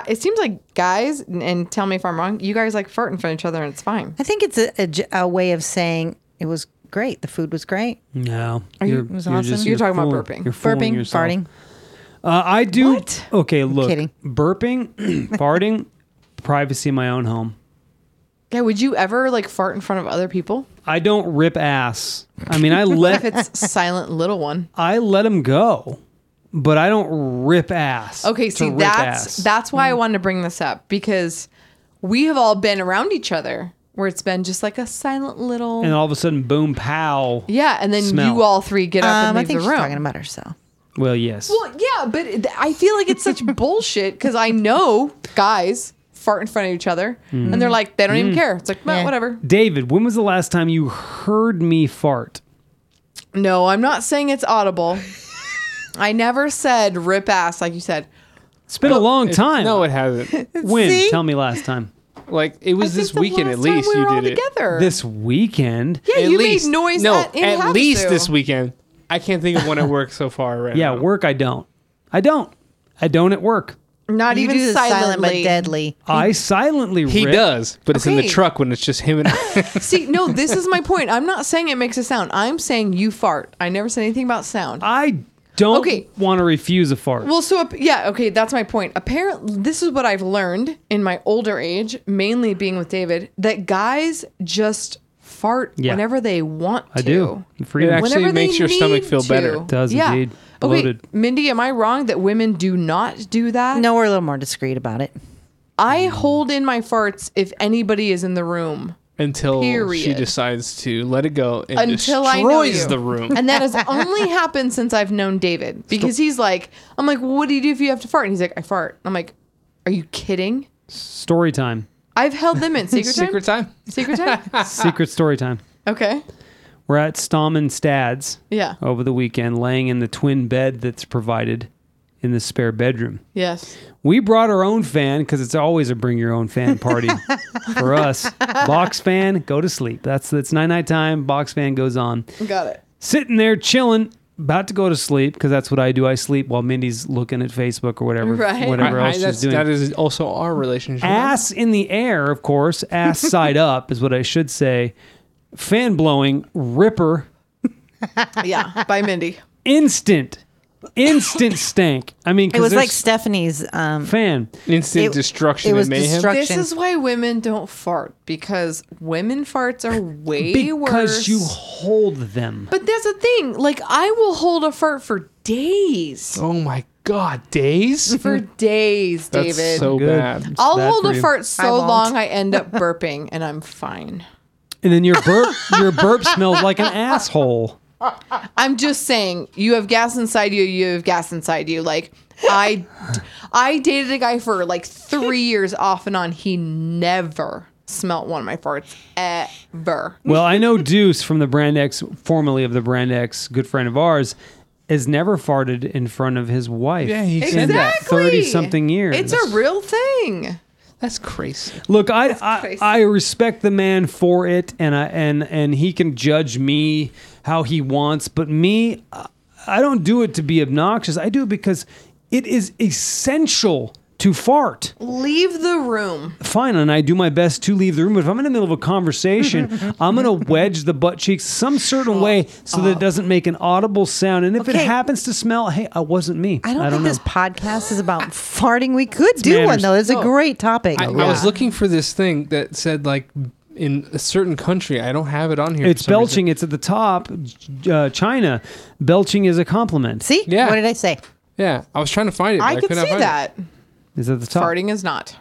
it seems like guys, and, and tell me if I'm wrong, you guys like fart in front of each other and it's fine.
I think it's a, a j- a way of saying it was great. The food was great.
No,
you-
you're,
It
was
you're
awesome.
just-
You're talking about
fooling-
burping.
You're fooling
Burping,
yourself.
farting.
Uh, I do.
What?
Okay, look.
kidding.
Burping, farting, privacy in my own home.
Yeah, would you ever like fart in front of other people?
I don't rip ass. I mean, I
If
let
it's silent little one.
I let them go, but I don't rip ass.
Okay,
to
see
rip
that's
ass.
that's why I
Mm.
wanted to bring this up because we have all been around each other where it's been just like a silent little
And all of a sudden, boom, pow.
yeah, and then
Smell.
you all three get up
Um,
and
I
leave
think
the
she's
room.
talking about herself.
Well, yes.
Well, yeah, but it- I feel like it's such bullshit because I know guys fart in front of each other
Mm.
and they're like, they don't even care. It's like, well,
Yeah.
whatever.
David, when was the last time you heard me fart?
No, I'm not saying it's audible. I never said rip ass like you said.
It's
Oh,
been a long
It-
time.
No, it hasn't.
when?
See?
Tell me last time.
Like it was
I
this
think the
weekend at
last time
least
we
you
were all
did it.
together.
This weekend.
yeah,
at
you
least,
made noise.
No,
at, in
at least
Havasu.
this weekend. I can't think of one at work so far. Right.
Yeah,
now.
work. I don't. I don't. I don't at work.
Not
you
even
do the silent
silently.
but deadly.
I silently.
He
rip.
does, but it's in the
Okay.
truck when it's just him and I.
See, no, this is my point. I'm not saying it makes a sound. I'm saying you fart. I never said anything about sound.
I don't
Okay.
want to refuse a fart.
Well, so ap- yeah, okay, that's my point. Apparently, this is what I've learned in my older age, mainly being with David, that guys just fart
Yeah.
whenever they want to.
I do.
It
Freedom.
actually
Whenever they
makes your stomach
need
feel better.
to.
It
does indeed. Bloated.
Okay, Mindy, am I wrong that women do not do that?
No, we're a little more discreet about it.
I hold in my farts if anybody is in the room.
until she
Period.
decides to let it go and
Until I know
destroys
you.
the room.
And that has only happened since I've known David because he's like, I'm like, what do you do if you have to fart? And he's like, I fart. I'm like, are you kidding?
Story time.
I've held them in secret time.
Secret time.
Secret time?
Secret story time.
Okay.
We're at Stom and Stad's
Yeah.
Oh.
over the weekend, laying in the twin bed that's provided in the spare bedroom.
Yes.
We brought our own fan because it's always a bring your own fan party for us. Box fan, go to sleep. That's it's night night time. Box fan goes on.
Got it.
Sitting there chilling, about to go to sleep because that's what I do. I sleep while Mindy's looking at Facebook or whatever,
Right.
whatever
I- I-
else she's
that's-
doing.
That is also our relationship.
ass in the air, of course, ass side up is what I should say. Fan blowing, ripper,
Yeah. By Mindy.
instant, instant stank. I mean,
It was like
stank
Stephanie's. Um,
fan.
Instant
It-
destruction
it
and
was
mayhem.
destruct-
This
Action.
is why women don't fart because women farts are way worse.
Because you hold them.
but that's the thing. Like I will hold a fart for days.
oh my god, days.
For days,
That's
David.
so
Good.
bad.
I'll
bad
hold
for
a
you.
fart
I
so
won't.
long I end up burping and I'm fine.
And then your burp, your burp smells like an asshole.
I'm just saying, you have gas inside you, you have gas inside you. Like I I dated a guy for like 3 years off and on. He never smelt one of my farts ever.
Well, I know Deuce from the Brand X, formerly of the Brand X, good friend of ours, has never farted in front of his wife.
Yeah, he
in
said that.
thirty something years.
It's a real thing.
That's crazy.
Look, I, I
crazy.
I respect the man for it, and I and and he can judge me how he wants, but me, I- I don't do it to be obnoxious. I do it because it is essential to fart.
Leave the room.
Fine, and I do my best to leave the room. But if I'm in the middle of a conversation, I'm gonna wedge the butt cheeks some certain way so that it doesn't make an audible sound. And if it
Okay.
happens to smell, hey, it wasn't me.
I don't think
know.
this podcast is about farting. We could do one
manners.
though. It's
No.
a great topic.
Oh. I, I was looking for this thing that said like in a certain country. I don't have it on here. for
It's
some reason.
belching. It's at the top. Uh, China, belching is a compliment.
See,
Yeah.
what did I say?
Yeah, I was trying to find it. But I,
I could
could
see
find It.
that.
Is at the top.
Farting is not.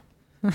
It's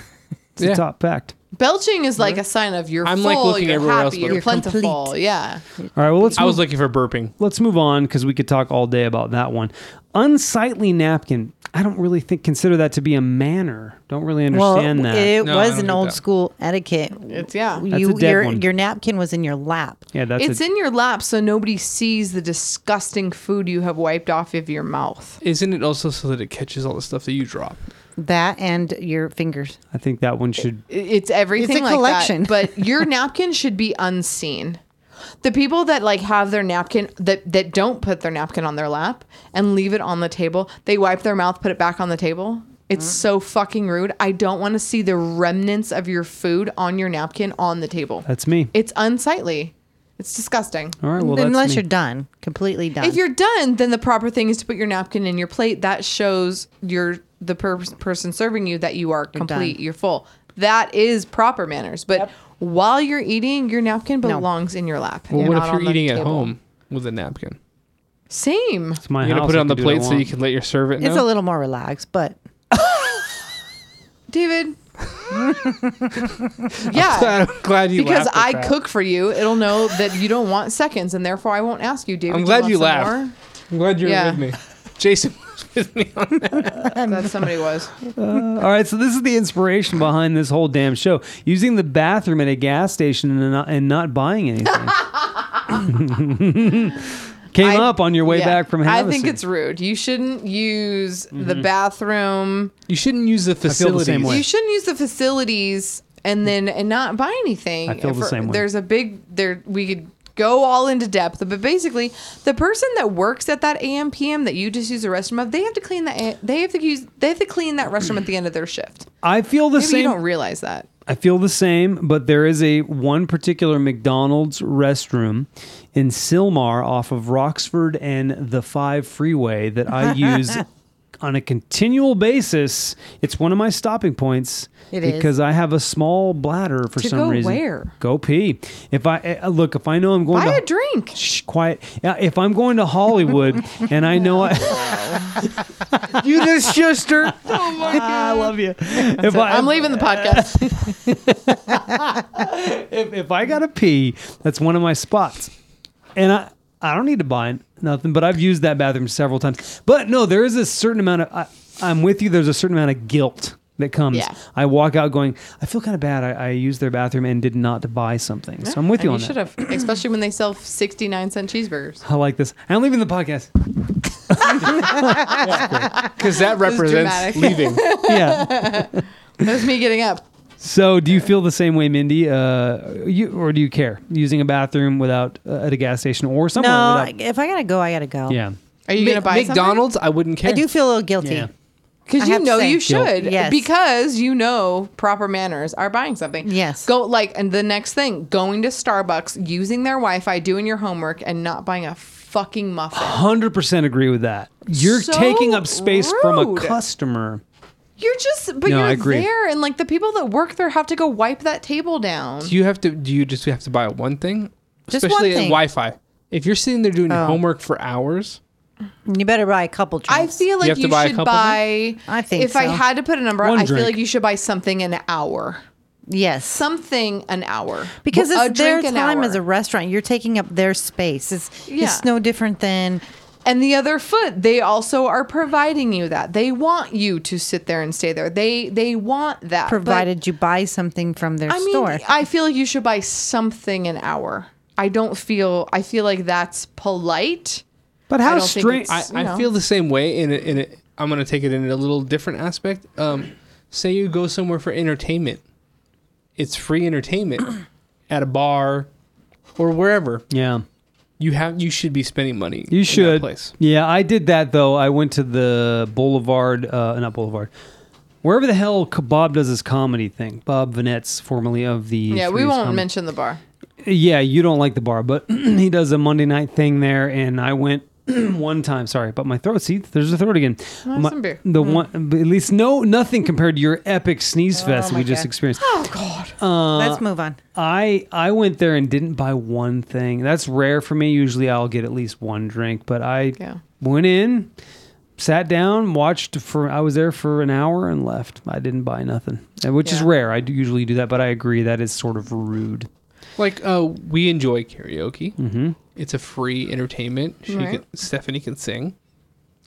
the
Yeah.
top fact.
Belching is like a sign of you're
I'm,
full,
like, looking
you're
everywhere
happy,
else, but-
you're,
You're
plentiful.
complete.
Yeah.
All right. Well, let's
I was
move,
looking for burping.
let's move on because we could talk all day about that one. Unsightly napkin. I don't really think consider that to be a manner. Don't really understand that.
it
No, I
was
don't
an
get
old
that.
school etiquette.
It's yeah.
a
you,
dead
your,
one.
your napkin was in your lap.
yeah, that's
It's
a,
in your lap so nobody sees the disgusting food you have wiped off of your mouth.
Isn't it also so that it catches all the stuff that you drop?
That and your fingers.
I think that one should.
It- It's everything like
collection.
that. But your napkin should be unseen. The people that like have their napkin that that don't put their napkin on their lap and leave it on the table, they wipe their mouth, put it back on the table. It's
Mm-hmm.
so fucking rude. I don't want to see the remnants of your food on your napkin on the table.
That's me.
It's unsightly. It's disgusting.
All right. Oh, Well, that's
Unless
me.
you're done, completely done.
If you're done, then the proper thing is to put your napkin in your plate. That shows your the per- person serving you that you are complete,
done.
you're full. That is proper manners. But while you're eating, your napkin
No.
belongs in your lap.
Well,
and
what
not
if
on
you're
the
eating at
table.
home with a napkin?
Same.
It's my
You're gonna
house,
put it
I
on
can
the
do what I
plate so you
want.
can let your servant
it's
know.
a little more relaxed, but
David. yeah.
I'm glad you
Because
laughed at
I
that.
cook for you, it'll know that you don't want seconds, and therefore I won't ask you, David.
I'm
do
glad you
want some
laughed. I'm glad you're
Yeah.
with me. Jason was with me on that.
more? That somebody was.
Uh, all right, so this is the inspiration behind this whole damn show: using the bathroom at a gas station and not, and not buying anything. Came
I-
up on your way
yeah.
back from.
I think
Havasu.
it's rude. You shouldn't use the
Mm-hmm.
bathroom.
You shouldn't use the
feel the
facilities.
same way.
You shouldn't use the facilities and then and not buy anything.
I feel the
For-
same way.
There's a big there. We could go all into depth, but basically, the person that works at that AM PM that you just use the restroom of, they have to clean that. a- They have to use. They have to clean that restroom at the end of their shift.
I feel the
Maybe
same.
you don't realize that.
I feel the same, but there is a one particular McDonald's restroom in Silmar off of Roxford and the 5 freeway that I use on a continual basis. It's one of my stopping points
It is.
because I have a small bladder for
To
some
go
reason.
where?
Go pee. If I uh, look, if I know I'm going
Buy
to
a drink.
Shh, quiet. Uh, If I'm going to Hollywood and I know I You the shuster. Oh my god. I love you. If I,
I'm leaving the podcast.
if, if I gotta pee, that's one of my spots, and I I don't need to buy nothing, but I've used that bathroom several times. But no, there is a certain amount of I, I'm with you. There's a certain amount of guilt that comes.
Yeah.
I walk out going, I feel kind of bad. I, I used their bathroom and did not buy something, so I'm with
And
you on that.
you should have, especially when they sell 69 cent cheeseburgers.
I like this. I'm leaving the podcast.
Because that represents
dramatic.
leaving.
Yeah.
That's me getting up.
so, do you feel the same way, Mindy? Uh, you or do you care using a bathroom without uh, at a gas station or somewhere?
no, I,
without,
if I gotta go, I gotta go.
yeah.
Are you
Ma-
gonna buy something?
McDonald's? I wouldn't care.
I do feel a little guilty.
Yeah.
Because
I
you
have to
know
say-
you
Guilt.
should.
Yes.
Because you know proper manners are buying something.
Yes.
Go like and the next thing, going to Starbucks, using their Wi Fi, doing your homework, and not buying a fucking muffin.
hundred percent agree with that. You're
So
taking up space from a
rude.
customer.
You're just but
No, I
you're
agree.
there and like the people that work there have to go wipe that table down.
Do you have to? Do you just have to buy one thing?
Just one
Especially at
thing.
Wi-Fi. If you're sitting there
Oh.
doing your homework for hours,
You better buy a couple
I
drinks.
feel like
have to
you,
buy a
should
couple
buy.
I think
if I
so.
had to put a number,
One
I feel
drink.
like you should buy something an hour,
yes.
something an hour,
Because
a
it's their
drink an
time
hour.
as a restaurant. You're taking up their space. It's,
Yeah.
it's no different than
and the other foot they also are providing you that they want you to sit there and stay there they they want that But,
provided you buy something from their
i mean
store.
i feel like you should buy something an hour i don't feel i feel like that's polite
But
I
how
don't think
strange!
I,
it's-
I
Yeah.
feel the same way. In a, in a, I'm going to take it in a little different aspect. Um, say you go somewhere for entertainment, it's free entertainment at a bar or wherever.
Yeah,
You have you should be spending money. in
you
that
should.
place.
Yeah, I did that though. I went to the Boulevard, uh, not Boulevard, wherever the hell K- Bob does his comedy thing. Bob Vinette's formerly of the
yeah we
Three's
won't
Comedy-
mention the bar
Yeah, you don't like the bar, but he does a Monday night thing there, and I went. one time, sorry, but my throat. See, there's a throat again.
have
My-
some beer.
The one, but at least no, nothing compared to your epic
Oh
sneeze fest we just
God.
experienced.
uh,
Let's move on.
I I went there and didn't buy one thing. That's rare for me. Usually I'll get at least one drink, but I
Yeah.
went in, sat down, watched for I was there for an hour and left. I didn't buy nothing, and- which is
Yeah.
rare. I do usually do that, but I agree that is sort of rude.
Like uh, we enjoy karaoke. Mm-hmm. It's a free entertainment. She
Right.
can, Stephanie can sing.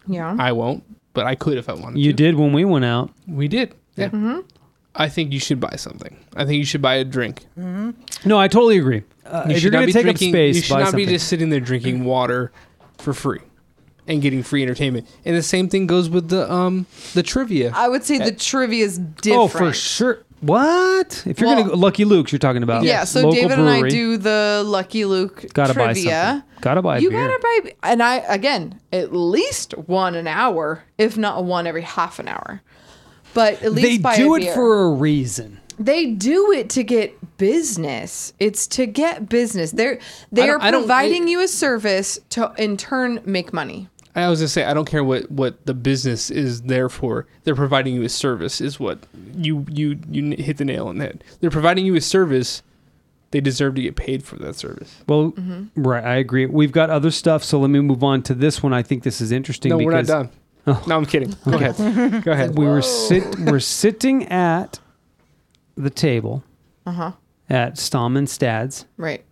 yeah
I won't, but I could if I wanted.
You
to.
did when we went out.
We did. Yeah. I think you should buy something. I think you should buy a drink.
No, I totally agree. Uh,
You
if
should
you're
not
going
be
to take
drinking,
up space,
You should
buy
not
something.
be just sitting there drinking water for free. and getting free entertainment. And the same thing goes with the um the trivia.
I would say the trivia is
Eh.
different.
Oh, for sure. What? If you're
Well-
gonna go, Lucky Luke's, you're talking about.
Yeah, so
Local
David and I
brewery.
do the Lucky Luke
Gotta buy
trivia.
something. Gotta buy a
you
beer.
gotta buy, and I again at least one an hour, if not one every half an hour. But at least
They
buy
do
a
it
beer.
for a reason.
they do it to get business. It's to get business. They're
I
they
don't-
are
I don't-
providing you a service to in turn make money.
I was gonna say I don't care what what the business is there for. They're providing you a service is what you you you n- hit the nail on the head. They're providing you a service. They deserve to get paid for that service.
Well, right, I agree. We've got other stuff, so let me move on to this one. I think this is interesting.
No, we're not
because Oh.
done. No, I'm kidding. Go ahead. Go ahead.
We were sit, we're sitting at the table at Stom and Stad's.
Right.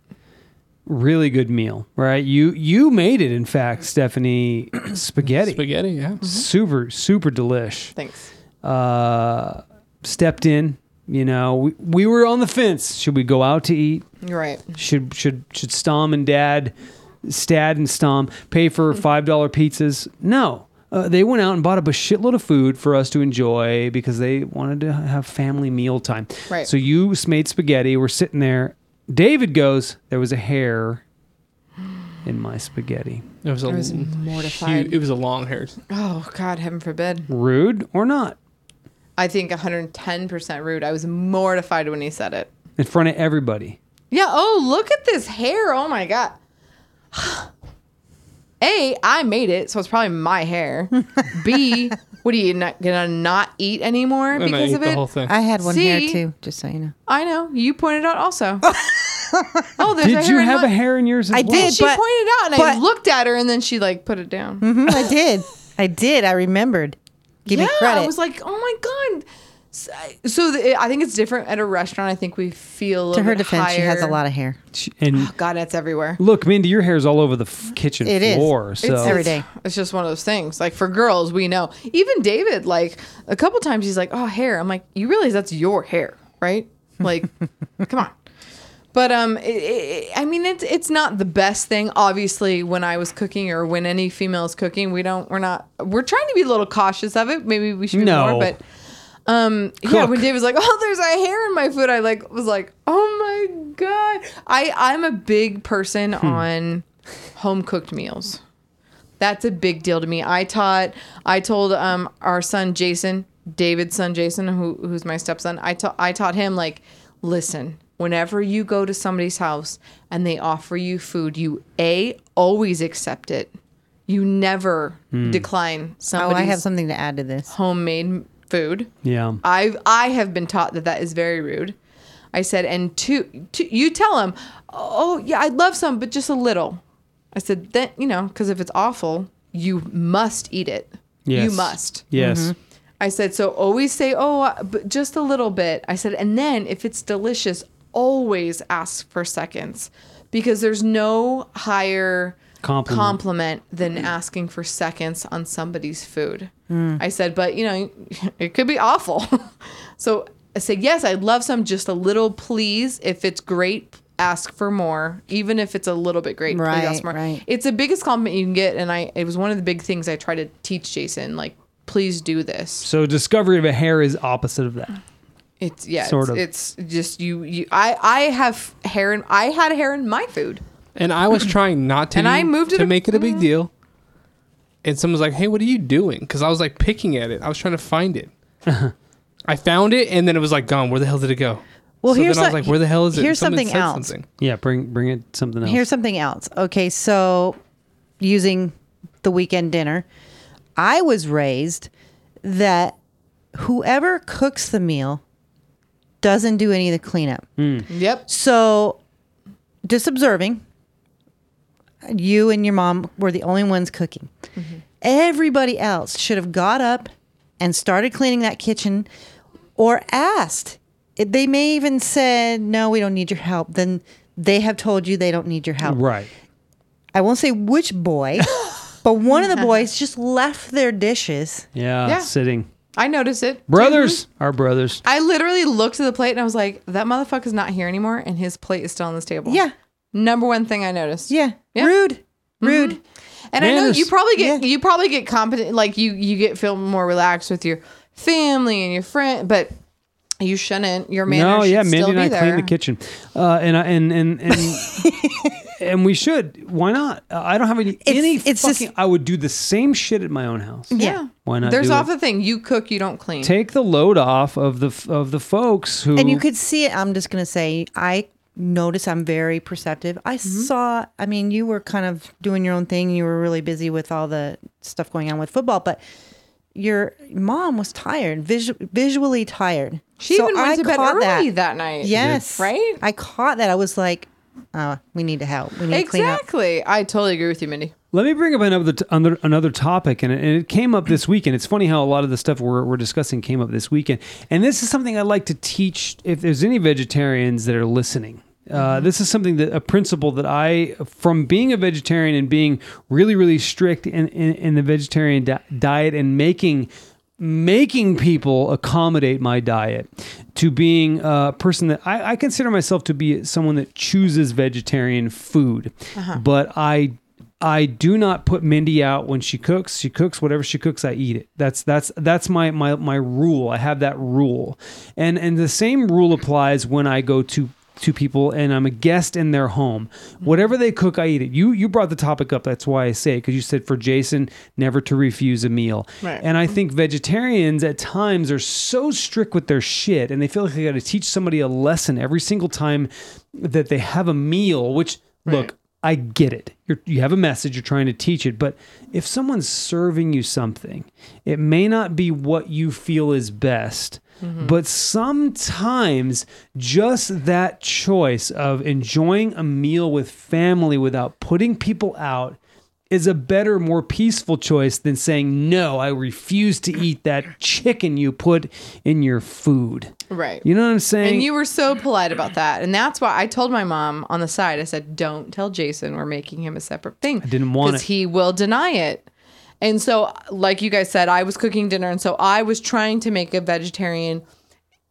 Really good meal, right? You you made it, in fact, Stephanie. Spaghetti,
Spaghetti, yeah.
super super delish.
Thanks.
Uh, stepped in. You know, we, we were on the fence. Should we go out to eat?
You're right.
should should should Stom and Dad, Stad and Stom pay for
Mm-hmm.
five dollar pizzas? No, uh, they went out and bought up a shitload of food for us to enjoy because they wanted to have family meal time.
Right.
So you made spaghetti. We're sitting there. David goes. There was a hair in my spaghetti.
It was a
I was
hu-
mortified.
it was a long hair.
Oh God, heaven forbid.
Rude or not?
I think 110% rude. I was mortified when he said it.
In front of everybody.
Yeah. Oh, look at this hair. Oh my god. A, I made it, so it's probably my hair. B, what are you not gonna not eat anymore
And I
because
ate
of it?
the whole thing.
I had one hair
See?
too, just so you know.
I know you pointed out also. oh, there's a
Did
hair
you
in
have
my-
a hair in yours? As
I
well?
did.
She
But-
pointed out, and I
but-
looked at her, and then she like put it down.
Mhm, I did. I did. I remembered. Give
yeah,
me credit.
I was like, oh my god. So, so the, I think it's different at a restaurant. I think we feel a
to
little
her
bit
defense, she has a
higher- Oh
lot of hair. Oh,
And
God, that's everywhere.
look, Mindy, your hair's all over the f- kitchen
It is.
floor.
It's
So
every day.
It's just one of those things. Like for girls, we know. Even David, like a couple times, he's like, "Oh, hair." I'm like, "You realize that's your hair, right?" Like, come on. But um, it, it, I mean, it's it's not the best thing. Obviously, when I was cooking or when any female is cooking, we don't. We're not. We're trying to be a little cautious of it. Maybe we should be
No.
more. But um, yeah,
Cook.
when Dave was like, "Oh, there's a hair in my food," I like was like, "Oh my god!" I I'm a big person on home cooked meals. That's a big deal to me. I taught. I told um our son Jason, David's son Jason, who who's my stepson. I taught I taught him like, listen. Whenever you go to somebody's house and they offer you food, you a always accept it. You never decline
Oh,
somebody's
I have something to add to this.
homemade food.
yeah.
I've I have been taught that that is very rude. I said, and two, two you tell him, oh yeah, I'd love some, but just a little. I said, then you know, because if it's awful, you must eat it.
Yes.
You must. Mm-hmm.
Yes.
I said, so always say, oh, uh, but just a little bit. I said, and then if it's delicious, always ask for seconds because there's no higher
Compliment.
compliment than asking for seconds on somebody's food. I said, but you know, it could be awful. so I said, yes, I'd love some, just a little, please. If it's great, ask for more. Even if it's a little bit great, please ask
Right,
for more
right.
it's the biggest compliment you can get and i it was one of the big things i try to teach jason like please do this
So discovery of a hair is opposite of that.
it's yeah
Sort
it's, it's just you you i i have hair in i had hair in my food
And I was trying not to
And I moved it
to
a-
make it a big deal. And someone's like, "Hey, what are you doing?" Cuz I was like picking at it. I was trying to find it. I found it and then it was like gone. Where the hell did it go?
Well,
so
here's
then I was
so-
like, "Where the hell is it?"
here's
Someone
something
said
else.
Yeah, bring bring it something else.
Here's something else. Okay, so using the weekend dinner, I was raised that whoever cooks the meal doesn't do any of the cleanup.
yep
So, just observing, you and your mom were the only ones cooking. Everybody else should have got up and started cleaning that kitchen or asked. It- They may even said, "No, we don't need your help." Then they have told you they don't need your help.
right.
I won't say which boy, but one of the boys just left their dishes.
Yeah,
Yeah.
sitting.
i noticed it
Brothers, our brothers.
i literally looked at the plate and i was like that motherfucker's not here anymore and his plate is still on this table
Yeah,
number one thing i noticed
yeah,
Yeah. Mm-hmm.
rude. Rude.
And I know
Manners.
you probably get you probably get competent like you you get feel more relaxed with your family and your friend, but you shouldn't. Your manners
no, yeah,
should
Mandy
still
and
be
I
there.
clean the kitchen, uh, and I and and and and we should. Why not? Uh, I don't have any any
it's just-
fucking. I would do the same shit at my own house.
Yeah.
Why not
There's
do
off
it?
the thing. You cook, you don't clean.
Take the load off of the f- of the folks who
And you could see it. I'm just going to say, I notice I'm very perceptive. I
Mm-hmm.
saw, I mean, you were kind of doing your own thing. You were really busy with all the stuff going on with football, but your mom was tired, visu- visually tired.
she
So
even went
I
to bed
caught
early that,
That.
night.
Yes.
Right?
I caught that. I was like, oh, we need to help. We need to clean up.
Exactly. I totally agree with you, Mindy.
Let me bring up another another, another topic, and it, and it came up this weekend. It's funny how a lot of the stuff we're, we're discussing came up this weekend, and this is something I like to teach. If there's any vegetarians that are listening, uh, this is something that a principle that I, from being a vegetarian and being really really strict in in, in the vegetarian di- diet and making making people accommodate my diet to being a person that I, I consider myself to be someone that chooses vegetarian food, but I I do not put Mindy out when she cooks. She cooks whatever she cooks. I eat it. That's that's that's my my my rule. I have that rule, and and the same rule applies when I go to to people and I'm a guest in their home. Whatever they cook, I eat it. You you brought the topic up. That's why I say it because you said for Jason never to refuse a meal.
Right.
And I think vegetarians at times are so strict with their shit and they feel like they got to teach somebody a lesson every single time that they have a meal. Which look. I get it. You're, you have a message, you're trying to teach it. But if someone's serving you something, it may not be what you feel is best.
Mm-hmm.
But sometimes just that choice of enjoying a meal with family without putting people out is a better, more peaceful choice than saying, no, I refuse to eat that chicken you put in your food.
Right.
You know what I'm saying?
And you were so polite about that. And that's why I told my mom on the side, I said, don't tell Jason we're making him a separate thing. I
didn't want it.
he will deny it. And so, like you guys said, I was cooking dinner. And so I was trying to make a vegetarian.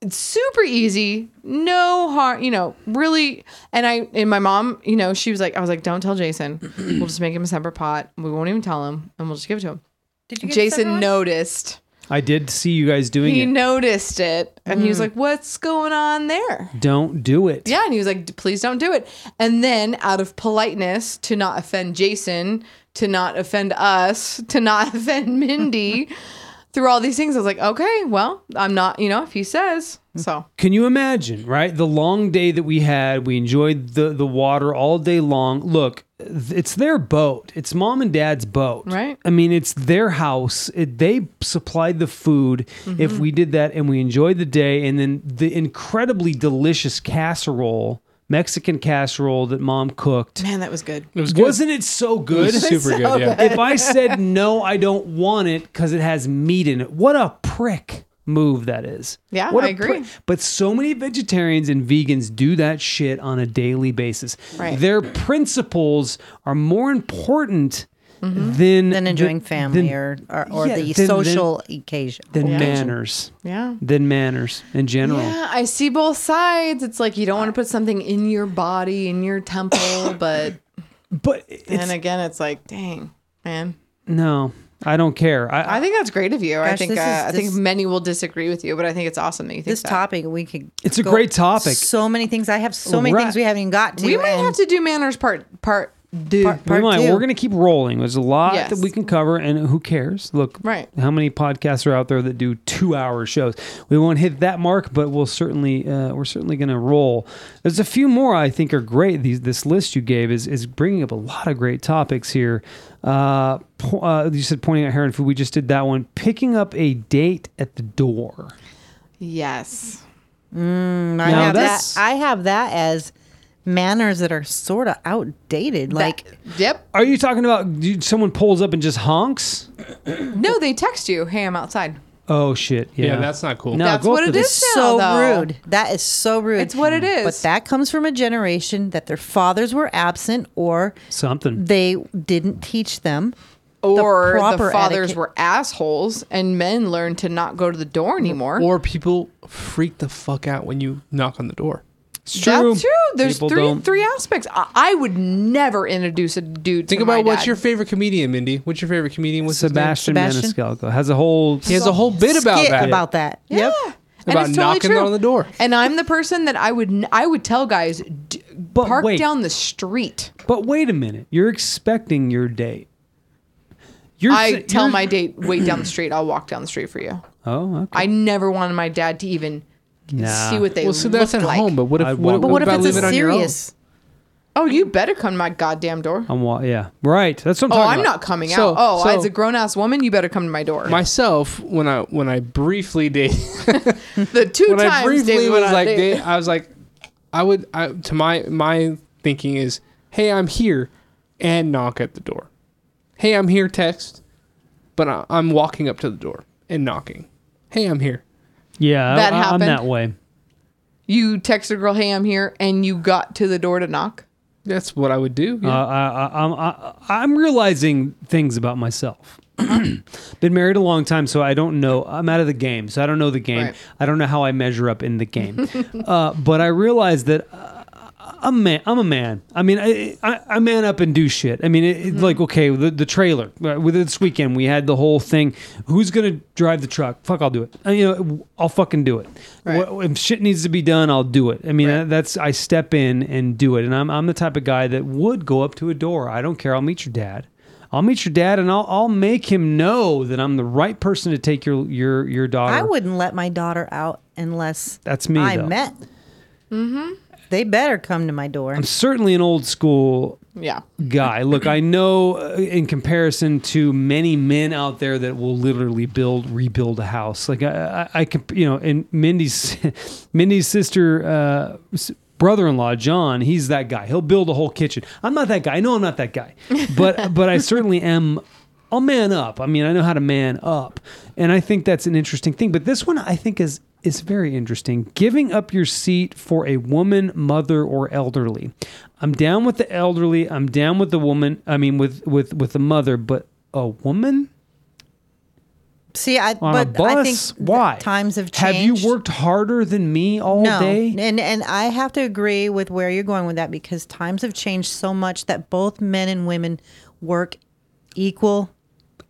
It's super easy, no harm, you know, really. And I, and my mom, you know, she was like, I was like, don't tell Jason. We'll just make him a separate pot. We won't even tell him and we'll just give it to him.
Did
Jason noticed.
I did see you guys doing
He
it.
noticed it and he was like, What's going on there?
Don't do it.
Yeah. And he was like, "D- Please don't do it. And then, out of politeness to not offend Jason, to not offend us, to not offend Mindy, through all these things, I was like, Okay, well, I'm not, you know, if he says so.
Can you imagine, right? The long day that we had, we enjoyed the the water all day long. Look, th- it's their boat. It's mom and dad's boat.
Right.
I mean, it's their house. It, they supplied the food. If we did that and we enjoyed the day and then the incredibly delicious casserole, Mexican casserole that mom cooked.
Man, that was good.
Mm.
It was good.
Wasn't it so
It
good?
was super good. Yeah.
if I said no, I don't want it because it has meat in it. What a prick move that is.
Yeah,
What a
I agree.
prick. But so many vegetarians and vegans do that shit on a daily basis.
Right.
Their principles are more important
Mm-hmm.
than
Than enjoying family
than-
or, or, or
yeah,
the
than-
social occasion.
than
Yeah.
manners.
Yeah.
Than manners in general.
Yeah, I see both sides. It's like you don't want to put something in your body, in your temple, but
But it's
then again, it's like, dang, man.
no. I don't care. I,
I think that's great of you. I
Uh, Gosh,
think
this
uh,
is-
I think
this-
many will disagree with you, but I think it's awesome that you think
This
that.
topic, we could.
It's a
go
great topic.
So many things. I have so many
Right.
things we haven't even got to.
We might
and-
have to do manners part part do
Part-
we might.
two.
We're going to keep rolling. There's a lot
Yes.
that we can cover, and who cares? Look,
Right.
How many podcasts are out there that do two-hour shows? We won't hit that mark, but we'll certainly uh, we're certainly going to roll. There's a few more I think are great. These this list you gave is is bringing up a lot of great topics here. Uh, po- uh, you said pointing out hair and food. We just did that one. Picking up a date at the door.
Yes.
I
Now
have
that's-
that. I have that as manners that are sort of outdated. Like
Yep.
Are you talking about dude, someone pulls up and just honks?
No, they text you, "Hey, I'm outside."
Oh shit! Yeah,
Yeah, that's not cool.
No,
That's
go
what
up
it
to the
is. now,
so
though.
rude. That is so rude.
It's what it is.
But that comes from a generation that their fathers were absent or
Something.
they didn't teach them.
Or the,
proper
fathers
etiquette.
were assholes, and men learned to not go to the door anymore.
Or people freak the fuck out when you knock on the door.
It's true.
That's true. There's
People
3
don't-
three aspects. I, I would never introduce a dude.
Think
to
about
Oh my
what's
dad.
your favorite comedian, Mindy. What's your favorite comedian? What's his name?
Sebastian,
Sebastian?
Maniscalco has a whole.
He has a whole bit about
Skit
that.
about that.
Yeah.
Yep.
And
About
it's totally
knocking
true.
on the door.
And I'm the person that I would n- I would tell guys d-
But
park
wait.
down the street.
But wait a minute, you're expecting your date. You're
I
s-
tell
you're-
my date wait down the street. I'll walk down the street for you.
Oh, okay.
I never wanted my dad to even
Nah.
see what they
Well, so that's at
looked like.
home, but what
I
if what,
won't. But
But what if
about
it's
living
a
on your own?
serious?
oh, you better come to my goddamn door.
I'm wa- yeah. Right. That's what I'm
Oh,
talking
I'm
about.
not coming
So-
out. Oh,
so-
as a grown ass woman, you better come to my door.
Myself, when I when I briefly date
the two
when
times
I briefly
David went
was
on
like
a date-
date, I was like I would I, to my my thinking is, hey, I'm here, and knock at the door. Hey, I'm here. Text, but I, I'm walking up to the door and knocking. Hey, I'm here.
Yeah,
That
I, I'm
happened.
that way.
you text a girl, "Hey, I'm here," and you got to the door to knock.
That's what I would do.
Uh,
yeah.
I, I, I'm I, I'm realizing things about myself. Been married a long time, so I don't know. I'm out of the game, so I don't know the game.
Right.
I don't know how I measure up in the game. uh, but I realize that uh, I'm man. I'm a man. I mean, I, I, I man up and do shit. I mean, it,
Mm-hmm.
it's like okay, the, the trailer right, with this weekend we had the whole thing. Who's gonna drive the truck? Fuck, I'll do it. I, you know, I'll fucking do it.
Right.
Wh- if shit needs to be done, I'll do it. I mean,
Right.
that's I step in and do it. And I'm I'm the type of guy that would go up to a door. I don't care. I'll meet your dad. I'll meet your dad, and I'll I'll make him know that I'm the right person to take your your your daughter.
I wouldn't let my daughter out unless
That's me,
I
though.
met. Mm-hmm. They better come to my door.
I'm certainly an old school
Yeah.
guy. Look, I know uh, in comparison to many men out there that will literally build, rebuild a house. Like I, I, I comp- you know, and Mindy's, Mindy's sister, uh, s- brother-in-law John, he's that guy. He'll build a whole kitchen. I'm not that guy. I know I'm not that guy, but but I certainly am. I'll man up. I mean, I know how to man up, and I think that's an interesting thing. But this one, I think, is is very interesting. Giving up your seat for a woman, mother, or elderly. I'm down with the elderly. I'm down with the woman. I mean, with with with the mother, but a woman
See, I
on
but
a bus.
I think the
Why?
times have
Have
changed.
you worked harder than me all
no.
day?
And and I have to agree with where you're going with that because times have changed so much that both men and women work equal.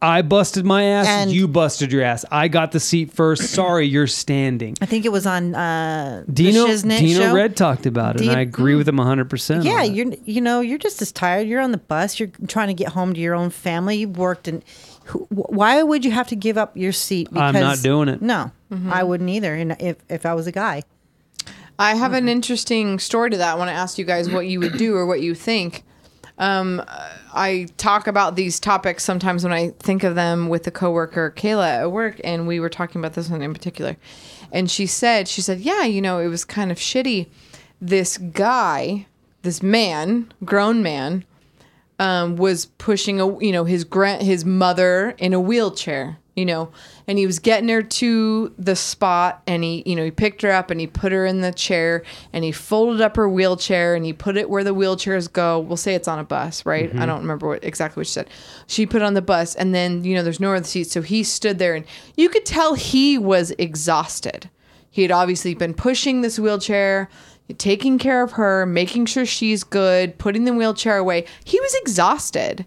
I busted my ass.
And-
you busted your ass. I got the seat first. Sorry, you're standing.
I think it was on uh
Dino
the Shiznit
Dino
show.
Red talked about it,
Dino-
and I agree with him 100. percent
Yeah, you're you know you're just as tired. You're on the bus. You're trying to get home to your own family. You've worked and who- wh- why would you have to give up your seat?
I'm not doing it.
No,
Mm-hmm.
I wouldn't either. And if if I was a guy,
I have an interesting story to that. I want to ask you guys what you would do or what you think. Um, I talk about these topics sometimes when I think of them with a coworker, Kayla, at work, and we were talking about this one in particular. And she said, she said, yeah, you know, it was kind of shitty. This guy, this man, grown man, um, was pushing a you know his grand his mother in a wheelchair you know and he was getting her to the spot and he you know he picked her up and he put her in the chair and he folded up her wheelchair and he put it where the wheelchairs go we'll say it's on a bus right i don't remember what exactly what she said she put it on the bus and then you know there's no other seats so he stood there and you could tell he was exhausted he had obviously been pushing this wheelchair, taking care of her, making sure she's good, putting the wheelchair away. He was exhausted.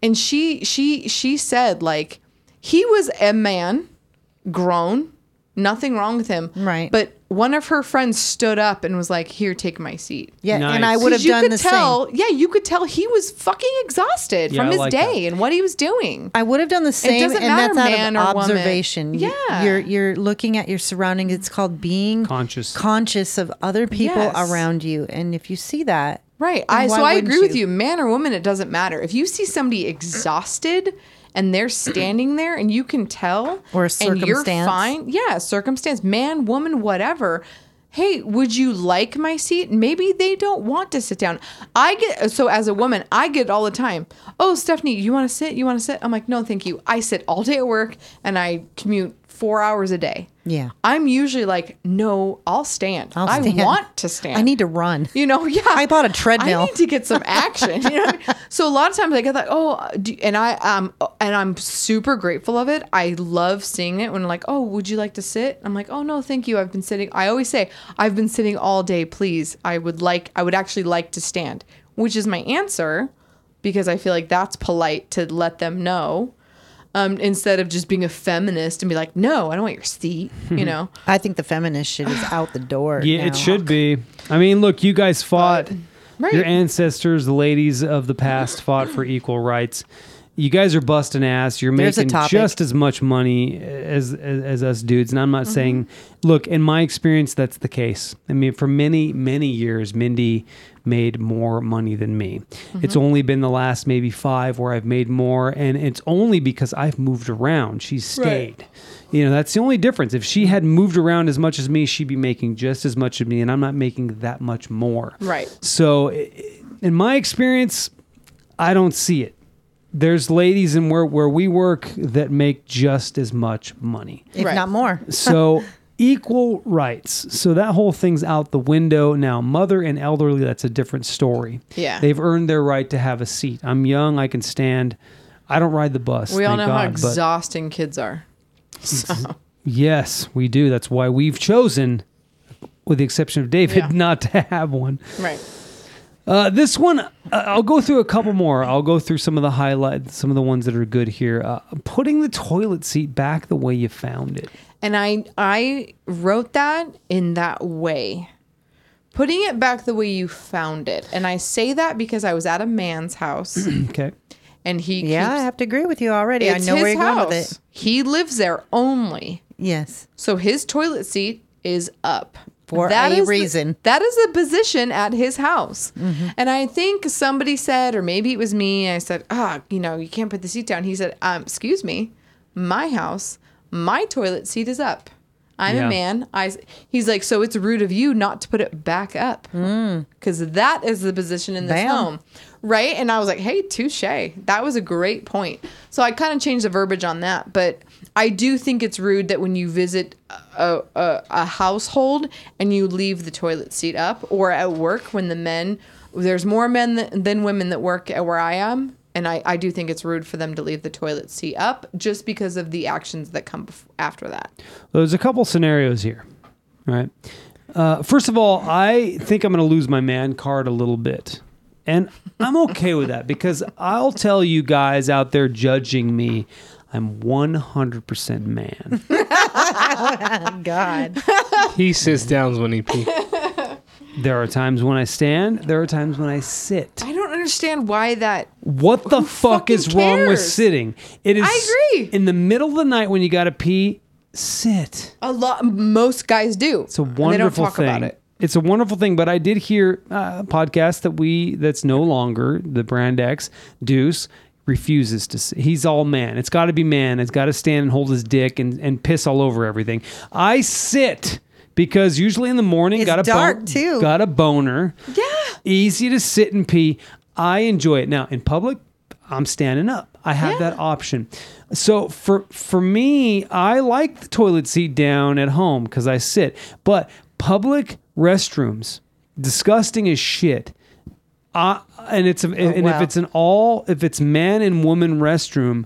And she she she said like he was a man, grown, nothing wrong with him.
Right.
But one of her friends stood up and was like, "Here, take my seat."
yeah, and I
Nice.
would have
'Cause you
done
could
the same.
tell, Yeah, you could tell he was fucking exhausted
Yeah, I
from his
like
day and what he was doing.
I would have done the same,
doesn't
and that's
matter
out
man
of
or woman.
observation. You-
Yeah.
you're you're looking at your surroundings. It's called being
Conscious.
conscious of other people
Yes.
around you. And if you see that,
Right.
then
I so
why
I agree
wouldn't
with you. Man or woman, it doesn't matter. If you see somebody exhausted and they're standing there and you can tell
Or a
and you're
circumstance.
fine. Yeah, circumstance, man, woman, whatever. Hey, would you like my seat? Maybe they don't want to sit down. I get so as a woman, I get it all the time. Oh, Stephanie, you want to sit? You want to sit? I'm like, no, thank you. I sit all day at work and I commute four hours a day.
Yeah.
I'm usually like, no, I'll stand.
I'll
i
stand.
want to stand.
I need to run.
You know, yeah.
I bought a treadmill.
I need to get some action. You know, what I mean? so a lot of times I get like, oh, do, you- and I um and I'm super grateful of it. I love seeing it when like, oh, would you like to sit? I'm like, oh no, thank you. I've been sitting. I always say I've been sitting all day. Please, I would like. I would actually like to stand, which is my answer, because I feel like that's polite to let them know. Um, instead of just being a feminist and be like, no, I don't want your seat, you know.
I think the feminist shit is out the door.
Yeah,
now.
it should be. I mean, look, you guys fought.
right.
Your ancestors, the ladies of the past, fought for equal rights. You guys are busting ass. You're
There's a
making
topic.
just as much money as, as as us dudes. And I'm not saying, look, in my experience, that's the case. I mean, for many many years, Mindy made more money than me. It's only been the last maybe five where I've made more, and it's only because I've moved around. She's stayed. You know, that's the only difference. If she had moved around as much as me, she'd be making just as much as me, and I'm not making that much more.
Right.
So, i- in my experience, I don't see it. There's ladies in where, where we work that make just as much money.
if
Right.
not more.
So, equal rights. So, that whole thing's out the window. Now, mother and elderly, that's a different story.
Yeah.
They've earned their right to have a seat. I'm young, I can stand. I don't ride the bus.
We all
thank
know
God,
how
but-
exhausting kids are.
Yes, we do. That's why we've chosen, with the exception of David,
Yeah.
not to have one.
Right.
Uh, this one, uh, I'll go through a couple more. I'll go through some of the highlights, some of the ones that are good here. Uh, putting the toilet seat back the way you found it.
And I I wrote that in that way. Putting it back the way you found it. And I say that because I was at a man's house
Okay.
and he
Yeah, I have to agree with you already.
keeps,
I
it's
know where
his
you're
house.
going with it.
He lives there only.
Yes.
So his toilet seat is up.
For a
is the-
reason. Mm-hmm.
that is the position at his house. And I think somebody said, or maybe it was me, I said, ah, you know, you can't put the seat down. He said, um, excuse me, my house, my toilet seat is up. I'm
Yeah.
a man. I, s- he's like, so it's rude of you not to put it back up.
Mm.
Because that is the position in this
Bam.
home. Right. And I was like, hey, touche. That was a great point. So I kind of changed the verbiage on that. But I do think it's rude that when you visit a, a, a household and you leave the toilet seat up, or at work when the men, there's more men than, than women that work at where I am. And I, I do think it's rude for them to leave the toilet seat up just because of the actions that come bef- after that.
There's a couple scenarios here, right? Uh, first of all, I think I'm going to lose my man card a little bit. And I'm okay with that because I'll tell you guys out there judging me, I'm 100% man.
Oh,
God.
Uh, He sits down when he pees.
There are times when I stand, there are times when I sit.
I don't understand why that
What the fuck
fucking
is wrong with
cares?
sitting? It is
I agree.
in the middle of the night when you got to pee, sit.
a lot most guys do.
It's a wonderful
they don't talk
thing.
about it.
It's a wonderful thing, but I did hear uh, a podcast that we that's no longer the brand X Deuce refuses to. Sit. He's all man. It's got to be man. It's got to stand and hold his dick and and piss all over everything. I sit because usually in the morning
It's
got a
dark, too.
Got a boner.
Yeah.
Easy to sit and pee. I enjoy it now in public. I'm standing up. I have
Yeah.
that option. So for for me, I like the toilet seat down at home because I sit. But public restrooms, disgusting as shit. I, and
Oh,
it's and
wow.
if it's an all if it's man and woman restroom,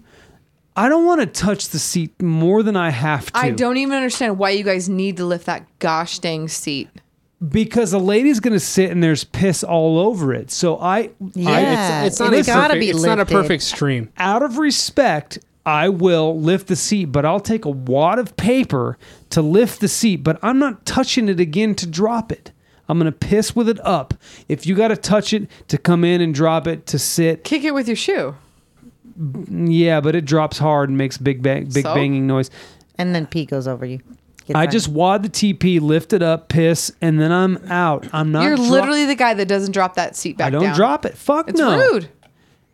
I don't want to touch the seat more than I have to.
I don't even understand why you guys need to lift that gosh dang seat.
because a lady's going to sit and there's piss all over it. So I
I-
Yeah.
it's, it's not
it's
a
gotta
perfect,
be
It's not a
lifted.
perfect stream.
out of respect, I will lift the seat, but I'll take a wad of paper to lift the seat, but I'm not touching it again to drop it. I'm going to piss with it up. If you got to touch it to come in and drop it to sit,
Kick it with your shoe.
yeah, but it drops hard and makes big bang, big
So?
banging noise.
And then pee goes over you. Get
I
back.
just wad the TP, lift it up, piss, and then I'm out. I'm not
You're
dro-
literally the guy that doesn't drop that seat back
I don't
down.
drop it. Fuck
It's
no.
rude.